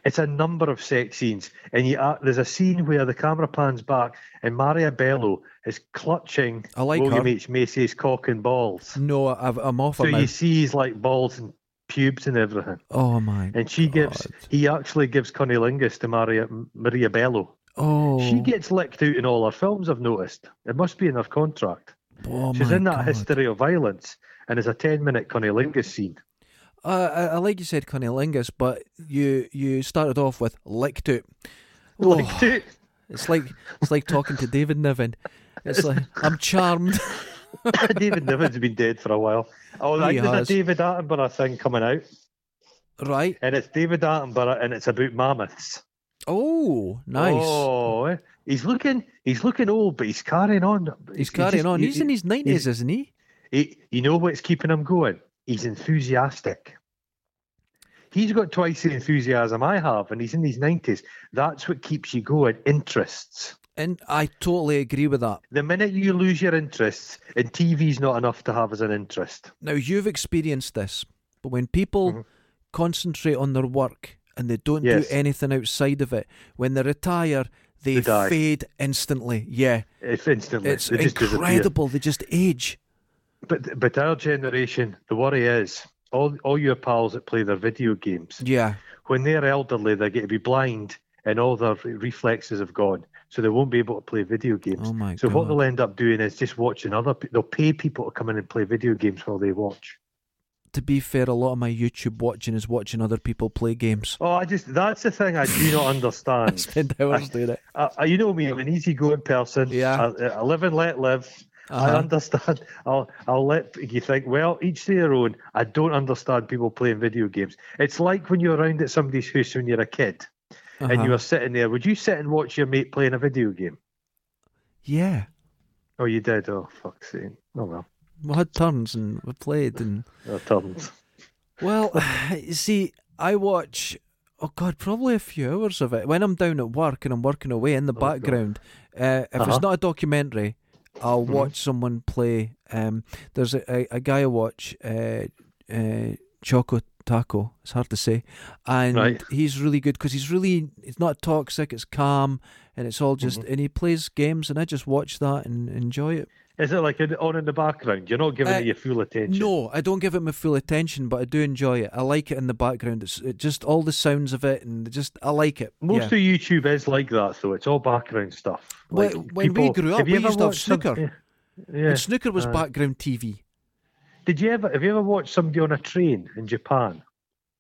Speaker 1: It's a number of sex scenes, and you, uh, there's a scene where the camera pans back, and Maria Bello is clutching
Speaker 2: I like
Speaker 1: William
Speaker 2: her.
Speaker 1: H Macy's cock and balls.
Speaker 2: No, I've, I'm off
Speaker 1: So
Speaker 2: it now.
Speaker 1: you see his like balls and pubes and everything.
Speaker 2: Oh my.
Speaker 1: And she gives,
Speaker 2: God.
Speaker 1: he actually gives Cunnilingus to Maria, Maria Bello.
Speaker 2: Oh.
Speaker 1: She gets licked out in all her films, I've noticed. It must be in her contract.
Speaker 2: oh
Speaker 1: She's
Speaker 2: my
Speaker 1: in that
Speaker 2: God.
Speaker 1: history of violence, and it's a 10 minute Cunnilingus scene.
Speaker 2: Uh, I, I like you said cunnilingus, but you you started off with licked out.
Speaker 1: like <laughs> to.
Speaker 2: It's like it's like talking to David Niven. It's like I'm charmed. <laughs>
Speaker 1: David Niven's been dead for a while. Oh,
Speaker 2: He
Speaker 1: like,
Speaker 2: has.
Speaker 1: there's a David Attenborough thing coming out,
Speaker 2: right.
Speaker 1: and it's David Attenborough, and it's about mammoths.
Speaker 2: Oh, nice.
Speaker 1: Oh, eh? he's looking, he's looking old, but he's carrying on.
Speaker 2: he's carrying
Speaker 1: just-
Speaker 2: on.
Speaker 1: he-
Speaker 2: He's in his nineties, isn't he?
Speaker 1: he, you know what's keeping him going? He's enthusiastic. He's got twice the enthusiasm I have, and he's in his 90s. That's what keeps you going interests.
Speaker 2: And I totally agree with that.
Speaker 1: The minute you lose your interests, and TV's not enough to have as an interest.
Speaker 2: Now you've experienced this, but when people concentrate on their work and they don't
Speaker 1: Mm-hmm. Yes.
Speaker 2: do anything outside of it, when they retire, they,
Speaker 1: They die.
Speaker 2: fade instantly. Yeah,
Speaker 1: It's instantly.
Speaker 2: it's
Speaker 1: They just disappear.
Speaker 2: incredible. They just age.
Speaker 1: But, but our generation, the worry is all, all your pals that play their video games,
Speaker 2: Yeah,
Speaker 1: when they're elderly, they're going to be blind and all their re- reflexes have gone. So they won't be able to play video games.
Speaker 2: Oh my
Speaker 1: so what
Speaker 2: God.
Speaker 1: they'll end up doing is just watching other people. They'll pay people to come in and play video games while they watch.
Speaker 2: to be fair, a lot of my YouTube watching is watching other people play games. <laughs>
Speaker 1: Oh, I just, that's the thing I do not
Speaker 2: I
Speaker 1: understand.
Speaker 2: spend hours doing it.
Speaker 1: I, I, you know me, I'm an easygoing person.
Speaker 2: Yeah.
Speaker 1: I, I live and let live.
Speaker 2: Uh-huh.
Speaker 1: I understand. <laughs> I'll I'll let you think. Well, each to their own. I don't understand people playing video games. It's like when you're around at somebody's house when you're a kid, and
Speaker 2: Uh-huh.
Speaker 1: you are sitting there. Would you sit and watch your mate playing a video game?
Speaker 2: Yeah,
Speaker 1: Oh, you did. Oh, fuck's sake. Oh well,
Speaker 2: we had turns and we played and.
Speaker 1: I turned.
Speaker 2: Well, <sighs> you see, I watch. Oh God, probably a few hours of it when I'm down at work and I'm working away in the background. Uh, if
Speaker 1: Uh-huh.
Speaker 2: it's not a documentary, I'll watch someone play. Um, there's a, a, a guy I watch, uh, uh, Choco Taco. It's hard to say, and
Speaker 1: Right.
Speaker 2: he's really good because he's really it's not toxic. It's calm and it's all just and he plays games and I just watch that and enjoy it.
Speaker 1: Is it like in- on in the background? You're not giving
Speaker 2: Uh,
Speaker 1: it your full attention.
Speaker 2: No, I don't give it my full attention, but I do enjoy it. I like it in the background. It's it just all the sounds of it, and just I like it.
Speaker 1: Most
Speaker 2: yeah.
Speaker 1: of YouTube is like that, though. It's all background stuff.
Speaker 2: Well,
Speaker 1: Like,
Speaker 2: when we grew up,
Speaker 1: have you
Speaker 2: we
Speaker 1: ever
Speaker 2: used to have
Speaker 1: watched some-
Speaker 2: Snooker.
Speaker 1: Yeah. yeah.
Speaker 2: and snooker
Speaker 1: uh,
Speaker 2: was background TV.
Speaker 1: Did you ever have you ever watched somebody on a train in Japan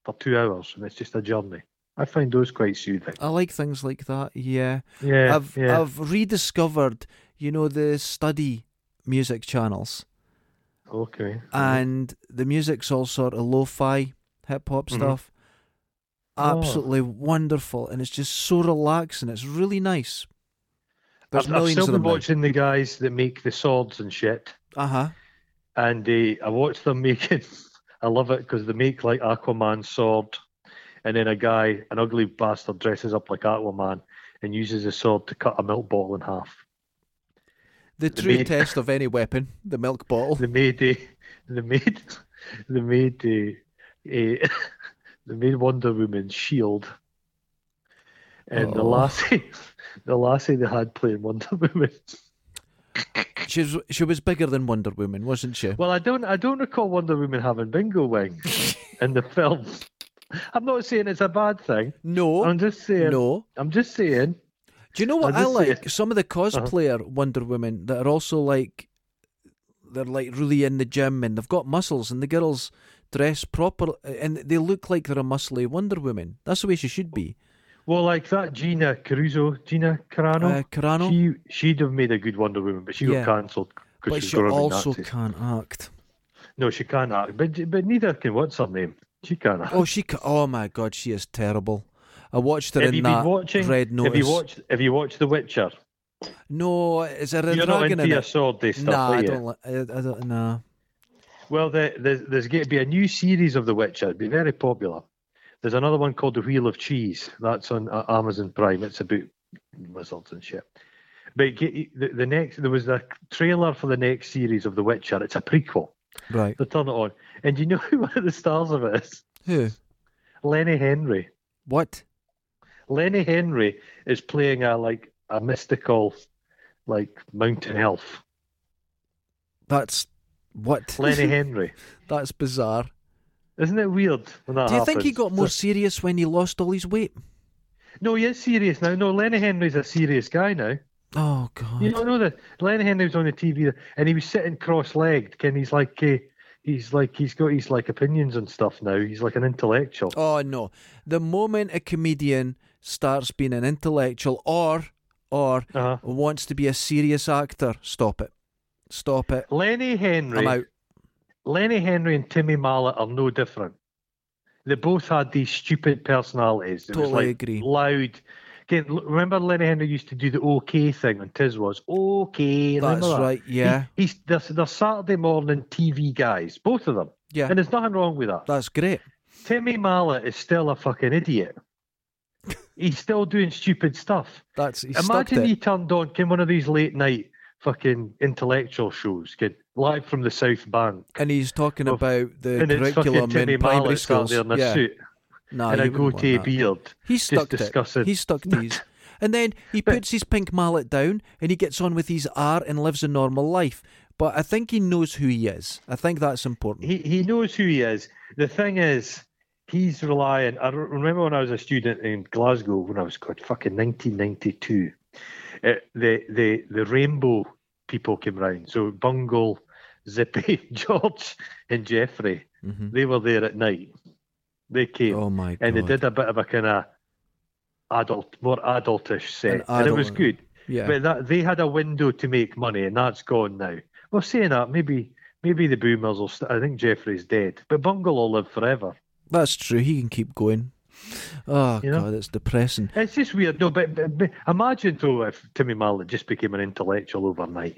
Speaker 1: for two hours and it's just a journey? I find those quite soothing.
Speaker 2: I like things like that. Yeah,
Speaker 1: Yeah,
Speaker 2: I've
Speaker 1: yeah.
Speaker 2: I've rediscovered, you know, the study music channels,
Speaker 1: okay.
Speaker 2: and the music's all sort of lo-fi hip hop stuff.
Speaker 1: Mm-hmm. Oh.
Speaker 2: Absolutely wonderful, and it's just so relaxing. It's really nice. There's
Speaker 1: I've, I've
Speaker 2: millions
Speaker 1: still
Speaker 2: of
Speaker 1: been
Speaker 2: them.
Speaker 1: watching the guys that make the swords and shit,
Speaker 2: Uh huh.
Speaker 1: and they, I watched them <laughs> making. I love it because they make like Aquaman's sword, and then a guy, an ugly bastard, dresses up like Aquaman and uses his sword to cut a milk bottle in half.
Speaker 2: The
Speaker 1: The
Speaker 2: true
Speaker 1: meat.
Speaker 2: test of any weapon, the milk bottle.
Speaker 1: They made a, <laughs> they made, they made a, a <laughs> they made Wonder Woman's shield. And the
Speaker 2: Oh.
Speaker 1: lassie, <laughs> the lassie they had playing Wonder Woman. <laughs>
Speaker 2: She was, she was bigger than Wonder Woman, wasn't she?
Speaker 1: Well, I don't, I don't recall Wonder Woman having bingo
Speaker 2: <laughs>
Speaker 1: wings in the film. I'm not saying it's a bad thing.
Speaker 2: no,
Speaker 1: I'm just saying.
Speaker 2: Oh, no.
Speaker 1: I'm just saying.
Speaker 2: Do you know what
Speaker 1: I'll just
Speaker 2: I
Speaker 1: Uh-huh. say
Speaker 2: like? Some of the cosplayer Wonder Women that are also like, they're like really in the gym and they've got muscles and the girls dress proper uh, and they look like they're a muscly Wonder Woman. That's the way she should be.
Speaker 1: Well, like that Gina Caruso, Gina Carano.
Speaker 2: Uh, Carano?
Speaker 1: She, she'd have made a good Wonder Woman, but she
Speaker 2: Yeah.
Speaker 1: got cancelled because
Speaker 2: But
Speaker 1: she's
Speaker 2: she
Speaker 1: growing
Speaker 2: also
Speaker 1: Nazi.
Speaker 2: can't act.
Speaker 1: No, she can't act, but but neither can what's her name. She can't act.
Speaker 2: Oh, she. Ca- oh my God, she is terrible. I watched her
Speaker 1: have
Speaker 2: in
Speaker 1: you
Speaker 2: that
Speaker 1: been watching?
Speaker 2: Red Notice.
Speaker 1: Have you watched? Have you watched The Witcher?
Speaker 2: No, is there a
Speaker 1: You're not
Speaker 2: dragon
Speaker 1: into
Speaker 2: in
Speaker 1: your
Speaker 2: it?
Speaker 1: sword day stuff,
Speaker 2: nah,
Speaker 1: are
Speaker 2: I
Speaker 1: you?
Speaker 2: don't. Li- I, I don't. Nah.
Speaker 1: Well, there, there's there's going to be a new series of The Witcher. It'd be very popular. There's another one called The Wheel of Cheese. That's on uh, Amazon Prime. It's about wizards and shit. But get, the, the next there was a trailer for the next series of The Witcher. It's a prequel.
Speaker 2: Right.
Speaker 1: They turn it on, and you <laughs> know who one of the stars of it is?
Speaker 2: Who?
Speaker 1: Lenny Henry.
Speaker 2: What?
Speaker 1: Lenny Henry is playing a like a mystical, like mountain
Speaker 2: <laughs>
Speaker 1: elf.
Speaker 2: That's what? <laughs>
Speaker 1: Lenny Henry,
Speaker 2: That's bizarre.
Speaker 1: isn't it weird when that
Speaker 2: Do you think he
Speaker 1: happens?
Speaker 2: got more serious when he lost all his weight?
Speaker 1: No, he is serious now. No, Lenny Henry's a serious guy now.
Speaker 2: Oh God.
Speaker 1: You don't know that Lenny Henry was on the TV and he was sitting cross-legged, and he's like, eh, he's like, he's got his like opinions and stuff now. He's like an intellectual.
Speaker 2: Oh no. The moment a comedian starts being an intellectual or or
Speaker 1: Uh-huh.
Speaker 2: wants to be a serious actor, stop it. Stop it.
Speaker 1: Lenny Henry.
Speaker 2: Oh. I'm out.
Speaker 1: Lenny Henry and Timmy Mallet are no different. They both had these stupid personalities. It was
Speaker 2: Totally
Speaker 1: like
Speaker 2: agree.
Speaker 1: Loud. Again, l- remember Lenny Henry used to do the OK thing on Tiz was OK. remember
Speaker 2: That's
Speaker 1: that?
Speaker 2: right. Yeah.
Speaker 1: He- he's they're, they're Saturday morning TV guys, both of them,
Speaker 2: Yeah.
Speaker 1: and there's nothing wrong with that.
Speaker 2: That's great.
Speaker 1: Timmy Mallet is still a fucking idiot. he's still doing stupid stuff.
Speaker 2: That's he stuck
Speaker 1: Imagine
Speaker 2: it.
Speaker 1: he turned on came one of these late night fucking intellectual shows, kid, live from the South Bank.
Speaker 2: and he's talking
Speaker 1: Oh,
Speaker 2: about the
Speaker 1: and it's fucking
Speaker 2: curriculum
Speaker 1: Timmy
Speaker 2: in primary
Speaker 1: Mallet sat
Speaker 2: schools.
Speaker 1: there in a
Speaker 2: yeah.
Speaker 1: suit
Speaker 2: Nah,
Speaker 1: and
Speaker 2: he
Speaker 1: a
Speaker 2: wouldn't want
Speaker 1: goatee
Speaker 2: that.
Speaker 1: beard.
Speaker 2: He's stuck to
Speaker 1: discussing-
Speaker 2: it.
Speaker 1: <laughs>
Speaker 2: He's stuck to these. And then he puts his pink mallet down and he gets on with his art and lives a normal life. But I think he knows who he is. I think that's important.
Speaker 1: He he knows who he is. The thing is, he's relying. I re- remember when I was a student in Glasgow when I was God fucking nineteen ninety two. The the the rainbow people came round. So Bungle, Zippy, <laughs> George, and Jeffrey.
Speaker 2: hmm
Speaker 1: They were there at night. They came
Speaker 2: Oh my god!
Speaker 1: and they did a bit of a kind of adult, more adultish set, and it was
Speaker 2: adult-
Speaker 1: good.
Speaker 2: Yeah.
Speaker 1: But that they had a window to make money, and that's gone now. Well, saying that, maybe maybe the boomers will. St- I think Jeffrey's dead, but Bungle will live forever.
Speaker 2: That's true. He can keep going. Oh
Speaker 1: You know?
Speaker 2: god, it's depressing.
Speaker 1: It's just weird. No, but, but, but imagine though if Timmy Mallet just became an intellectual overnight.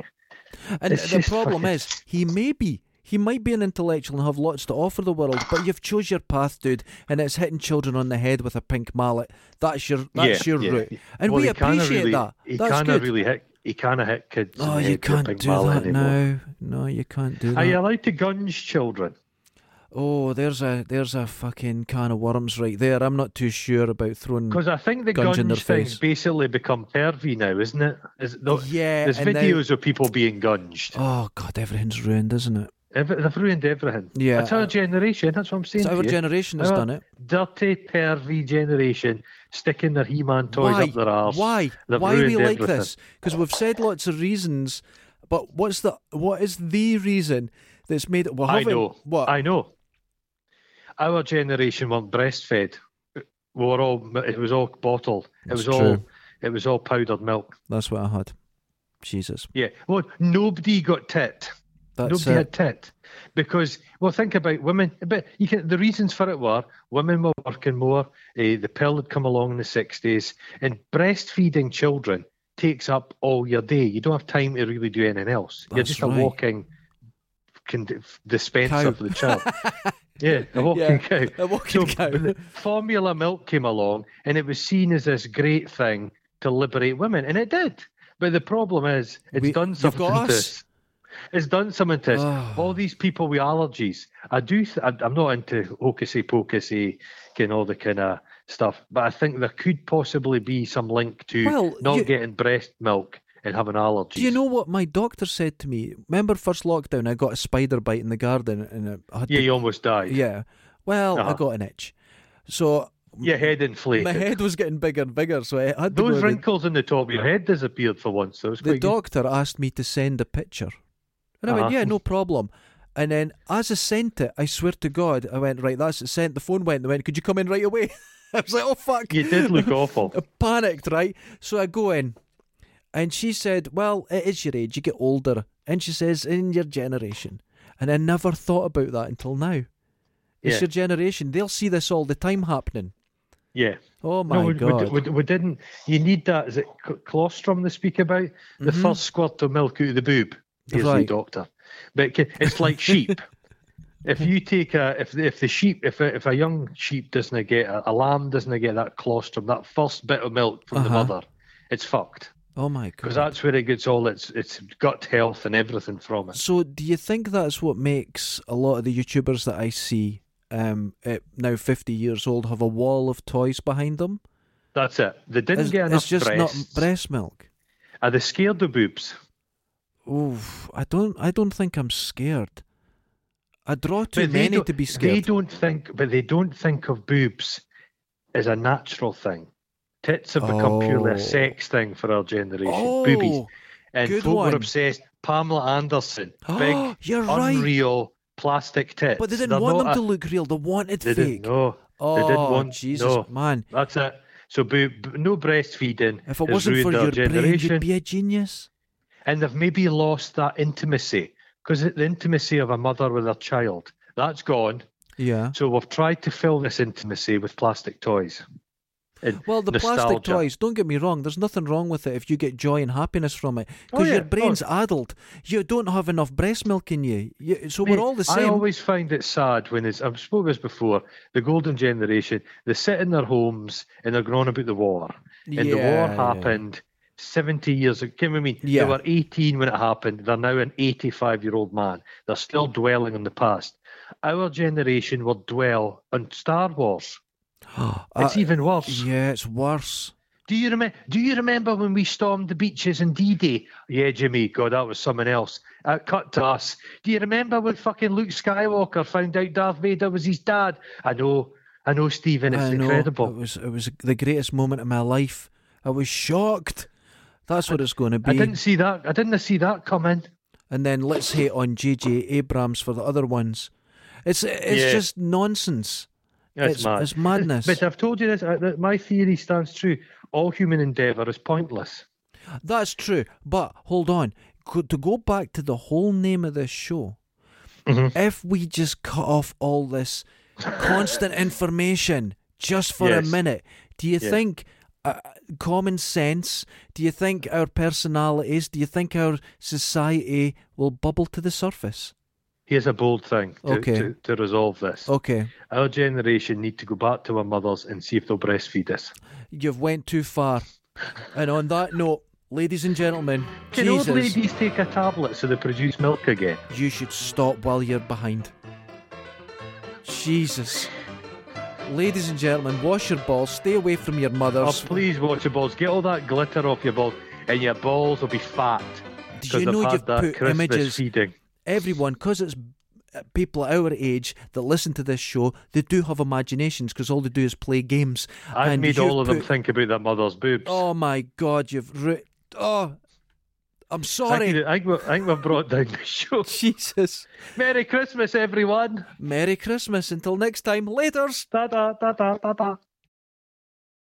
Speaker 2: And
Speaker 1: It's
Speaker 2: the
Speaker 1: just
Speaker 2: problem
Speaker 1: fucking-
Speaker 2: is, he may be. He might be an intellectual and have lots to offer the world, but you've chose your path, dude, and it's hitting children on the head with a pink mallet. That's your that's
Speaker 1: Yeah,
Speaker 2: your
Speaker 1: yeah,
Speaker 2: route,
Speaker 1: yeah.
Speaker 2: and
Speaker 1: Well,
Speaker 2: we
Speaker 1: he kinda
Speaker 2: appreciate
Speaker 1: really-
Speaker 2: that.
Speaker 1: He
Speaker 2: that's
Speaker 1: kinda
Speaker 2: good.
Speaker 1: really hit. He kind of hit kids. in
Speaker 2: oh,
Speaker 1: the
Speaker 2: you
Speaker 1: head with a
Speaker 2: can't
Speaker 1: big
Speaker 2: do
Speaker 1: mallet
Speaker 2: that
Speaker 1: anymore. um,
Speaker 2: now. No, you can't do
Speaker 1: Are
Speaker 2: that.
Speaker 1: you allowed to gunge children?
Speaker 2: Oh, there's a there's a fucking can of worms right there. I'm not too sure about throwing.
Speaker 1: Because I think the
Speaker 2: Gunge in their
Speaker 1: gunge thing's
Speaker 2: face. Oh,
Speaker 1: basically become pervy now, isn't it? Is, the,
Speaker 2: Yeah,
Speaker 1: there's
Speaker 2: and now-
Speaker 1: videos of people being gunged.
Speaker 2: Oh god, everything's ruined, isn't it?
Speaker 1: Every, they've ruined everything.
Speaker 2: Yeah.
Speaker 1: It's our generation. That's what I'm saying.
Speaker 2: It's our
Speaker 1: to you.
Speaker 2: generation that's
Speaker 1: Our
Speaker 2: done it.
Speaker 1: Dirty, pervy generation sticking their He Man toys
Speaker 2: Why?
Speaker 1: up their arse.
Speaker 2: Why?
Speaker 1: They've
Speaker 2: Why are we
Speaker 1: ruined
Speaker 2: like
Speaker 1: everything.
Speaker 2: this? Because we've said lots of reasons, but what's the what is the reason that's made it? Well,
Speaker 1: I
Speaker 2: haven't-
Speaker 1: know.
Speaker 2: What?
Speaker 1: I know. Our generation weren't breastfed. We were all. It was all bottled.
Speaker 2: That's
Speaker 1: it was all.
Speaker 2: true.
Speaker 1: It was all powdered milk.
Speaker 2: that's what I had. Jesus,
Speaker 1: Yeah. Well, nobody got tit.
Speaker 2: that's
Speaker 1: Nobody
Speaker 2: it.
Speaker 1: had tit because well, think about women. But you can, the reasons for it were women were working more. eh, the pill had come along in the sixties, and breastfeeding children takes up all your day. You don't have time to really do anything else. You're
Speaker 2: That's
Speaker 1: just
Speaker 2: right.
Speaker 1: a walking con- dispenser
Speaker 2: Cow.
Speaker 1: for the
Speaker 2: <laughs>
Speaker 1: child. yeah, a walking
Speaker 2: Yeah,
Speaker 1: cow.
Speaker 2: a walking
Speaker 1: So,
Speaker 2: cow.
Speaker 1: but the Formula milk came along, and it was seen as this great thing to liberate women, and it did. But the problem is, it's
Speaker 2: We-
Speaker 1: done
Speaker 2: you've
Speaker 1: something
Speaker 2: got
Speaker 1: to
Speaker 2: us.
Speaker 1: us. It's done something to us.
Speaker 2: Ah.
Speaker 1: All these people with allergies. I do. Th- I- I'm not into hocusy pocusy and all the kind of stuff, but I think there could possibly be some link to
Speaker 2: Well,
Speaker 1: not
Speaker 2: you-
Speaker 1: getting breast milk and having allergies.
Speaker 2: Do you know what my doctor said to me? Remember, first lockdown, I got a spider bite in the garden, and I had
Speaker 1: Yeah,
Speaker 2: to-
Speaker 1: you almost died.
Speaker 2: yeah. Well, I
Speaker 1: Uh-huh.
Speaker 2: got an itch, so
Speaker 1: Your head inflated.
Speaker 2: my head was getting bigger and bigger. So I had to go
Speaker 1: Those
Speaker 2: to the-
Speaker 1: wrinkles in the top of your head disappeared for once. So it was
Speaker 2: the
Speaker 1: quite good.
Speaker 2: doctor asked me to send a picture. And I went,
Speaker 1: Uh-huh.
Speaker 2: yeah, no problem. And then as I sent it, I swear to God, I went, right, that's it sent. The phone went, they went, could you come in right away? <laughs> I was like, oh, fuck.
Speaker 1: You did
Speaker 2: <laughs>
Speaker 1: look awful.
Speaker 2: I panicked, right? So I go in, and she said, Well, it is your age, you get older. And she says, In your generation. And I never thought about that until now. It's
Speaker 1: Yeah.
Speaker 2: your generation. They'll see this all the time happening.
Speaker 1: Yeah.
Speaker 2: Oh, my
Speaker 1: we,
Speaker 2: God.
Speaker 1: We, we, we didn't. You need that. Is it cl- colostrum they speak about? The first squirt of milk out of the boob. Here's
Speaker 2: Mm-hmm. Right.
Speaker 1: the doctor. But ca- it's like
Speaker 2: <laughs>
Speaker 1: sheep. if you take a, if the, if the sheep, if a, if a young sheep doesn't get a, a lamb doesn't get that colostrum, that first bit of milk from the
Speaker 2: Uh-huh.
Speaker 1: mother, it's fucked
Speaker 2: oh, my God.
Speaker 1: because that's where it gets all its its gut health and everything from it.
Speaker 2: So, do you think that's what makes a lot of the YouTubers that I see, um, at now fifty years old, have a wall of toys behind them?
Speaker 1: That's it. They didn't
Speaker 2: It's,
Speaker 1: get enough
Speaker 2: it's just
Speaker 1: breasts.
Speaker 2: not breast milk.
Speaker 1: Are they scared of boobs?
Speaker 2: Oof, I don't, I don't think I'm scared. I draw too
Speaker 1: But they
Speaker 2: many
Speaker 1: don't-
Speaker 2: to be
Speaker 1: They
Speaker 2: scared.
Speaker 1: don't think, but they don't think of boobs as a natural thing. Tits have become purely
Speaker 2: Oh.
Speaker 1: a sex thing for our generation.
Speaker 2: oh,
Speaker 1: Boobies and
Speaker 2: good
Speaker 1: folk
Speaker 2: one.
Speaker 1: were obsessed. Pamela
Speaker 2: <gasps>
Speaker 1: Anderson, big,
Speaker 2: you're right.
Speaker 1: unreal plastic tits.
Speaker 2: But they didn't
Speaker 1: They're
Speaker 2: want
Speaker 1: not
Speaker 2: them to
Speaker 1: a-
Speaker 2: look real. They wanted
Speaker 1: They
Speaker 2: fake.
Speaker 1: didn't. No,
Speaker 2: oh,
Speaker 1: they didn't want.
Speaker 2: Jesus,
Speaker 1: no,
Speaker 2: man.
Speaker 1: that's it. So b- b- no breastfeeding.
Speaker 2: If it
Speaker 1: has
Speaker 2: wasn't for
Speaker 1: ruined our
Speaker 2: your brain,
Speaker 1: generation.
Speaker 2: you'd be a genius.
Speaker 1: and they've maybe lost that intimacy because the intimacy of a mother with her child that's gone.
Speaker 2: Yeah.
Speaker 1: So we've tried to fill this intimacy with plastic toys. and
Speaker 2: Well, the plastic
Speaker 1: nostalgia.
Speaker 2: toys, don't get me wrong, there's nothing wrong with it if you get joy and happiness from it.
Speaker 1: Oh,
Speaker 2: Because
Speaker 1: yeah,
Speaker 2: your
Speaker 1: of
Speaker 2: brain's addled. You don't have enough breast milk in you. you so we're all the
Speaker 1: I
Speaker 2: same.
Speaker 1: always find it sad when it's, I've spoken this before, the golden generation, they sit in their homes and they're groaning about the war. And the war
Speaker 2: Yeah, yeah.
Speaker 1: happened 70 years ago. Can we mean?
Speaker 2: Yeah.
Speaker 1: They were 18 when it happened. They're now an 85 year old man. They're still dwelling on the past. Our generation will dwell on Star Wars.
Speaker 2: <gasps> Uh,
Speaker 1: It's even worse.
Speaker 2: yeah, it's worse.
Speaker 1: Do you remember? Do you remember when we stormed the beaches in D-Day? Yeah, Jimmy. God, that was someone else. Uh, cut to us. Do you remember when fucking Luke Skywalker found out Darth Vader was his dad? I know. I know, Stephen. It's
Speaker 2: I know. It
Speaker 1: incredible.
Speaker 2: was, it was the greatest moment of my life. I was shocked. That's what it's going to
Speaker 1: I
Speaker 2: be.
Speaker 1: didn't see that. I didn't see that coming.
Speaker 2: And then let's hate on J.J. Abrams for the other ones. It's it's
Speaker 1: Yeah.
Speaker 2: just nonsense.
Speaker 1: That's
Speaker 2: It's-
Speaker 1: mad.
Speaker 2: it's madness.
Speaker 1: But I've told you this. I, that my theory stands true. All human endeavour is pointless.
Speaker 2: That's true. But hold on. Go, to go back to the whole name of this show,
Speaker 1: Mm-hmm.
Speaker 2: if we just cut off all this
Speaker 1: <laughs>
Speaker 2: constant information just for
Speaker 1: Yes.
Speaker 2: a minute, do you think uh, common sense, do you think our personalities, do you think our society will bubble to the surface?
Speaker 1: Here's a bold thing to,
Speaker 2: Okay. Oh.
Speaker 1: to, to resolve this.
Speaker 2: Okay.
Speaker 1: Our generation need to go back to our mothers and see if they'll breastfeed us.
Speaker 2: You've went too far. And on that note, ladies and gentlemen,
Speaker 1: Can
Speaker 2: Jesus,
Speaker 1: old ladies take a tablet so they produce milk again?
Speaker 2: you should stop while you're behind. Jesus. Ladies and gentlemen, wash your balls, stay away from your
Speaker 1: Oh,
Speaker 2: mothers.
Speaker 1: please watch your balls. Get all that glitter off your balls, and your balls will be fat.
Speaker 2: Do
Speaker 1: 'Cause
Speaker 2: you
Speaker 1: they've
Speaker 2: know
Speaker 1: had
Speaker 2: you've
Speaker 1: that
Speaker 2: put
Speaker 1: Christmas
Speaker 2: images?
Speaker 1: feeding.
Speaker 2: Everyone, because it's uh, people our age that listen to this show, they do have imaginations because all they do is play games.
Speaker 1: I've
Speaker 2: And
Speaker 1: made
Speaker 2: you've
Speaker 1: all of them
Speaker 2: put-
Speaker 1: think about their mother's boobs.
Speaker 2: Oh my God, you've. Ru- oh, I'm
Speaker 1: I
Speaker 2: sorry. <laughs>
Speaker 1: think, I, think we- I think we've brought down the show. <laughs>
Speaker 2: Jesus.
Speaker 1: Merry Christmas, everyone.
Speaker 2: Merry Christmas. Until next time, laters.
Speaker 1: Da da da da da da.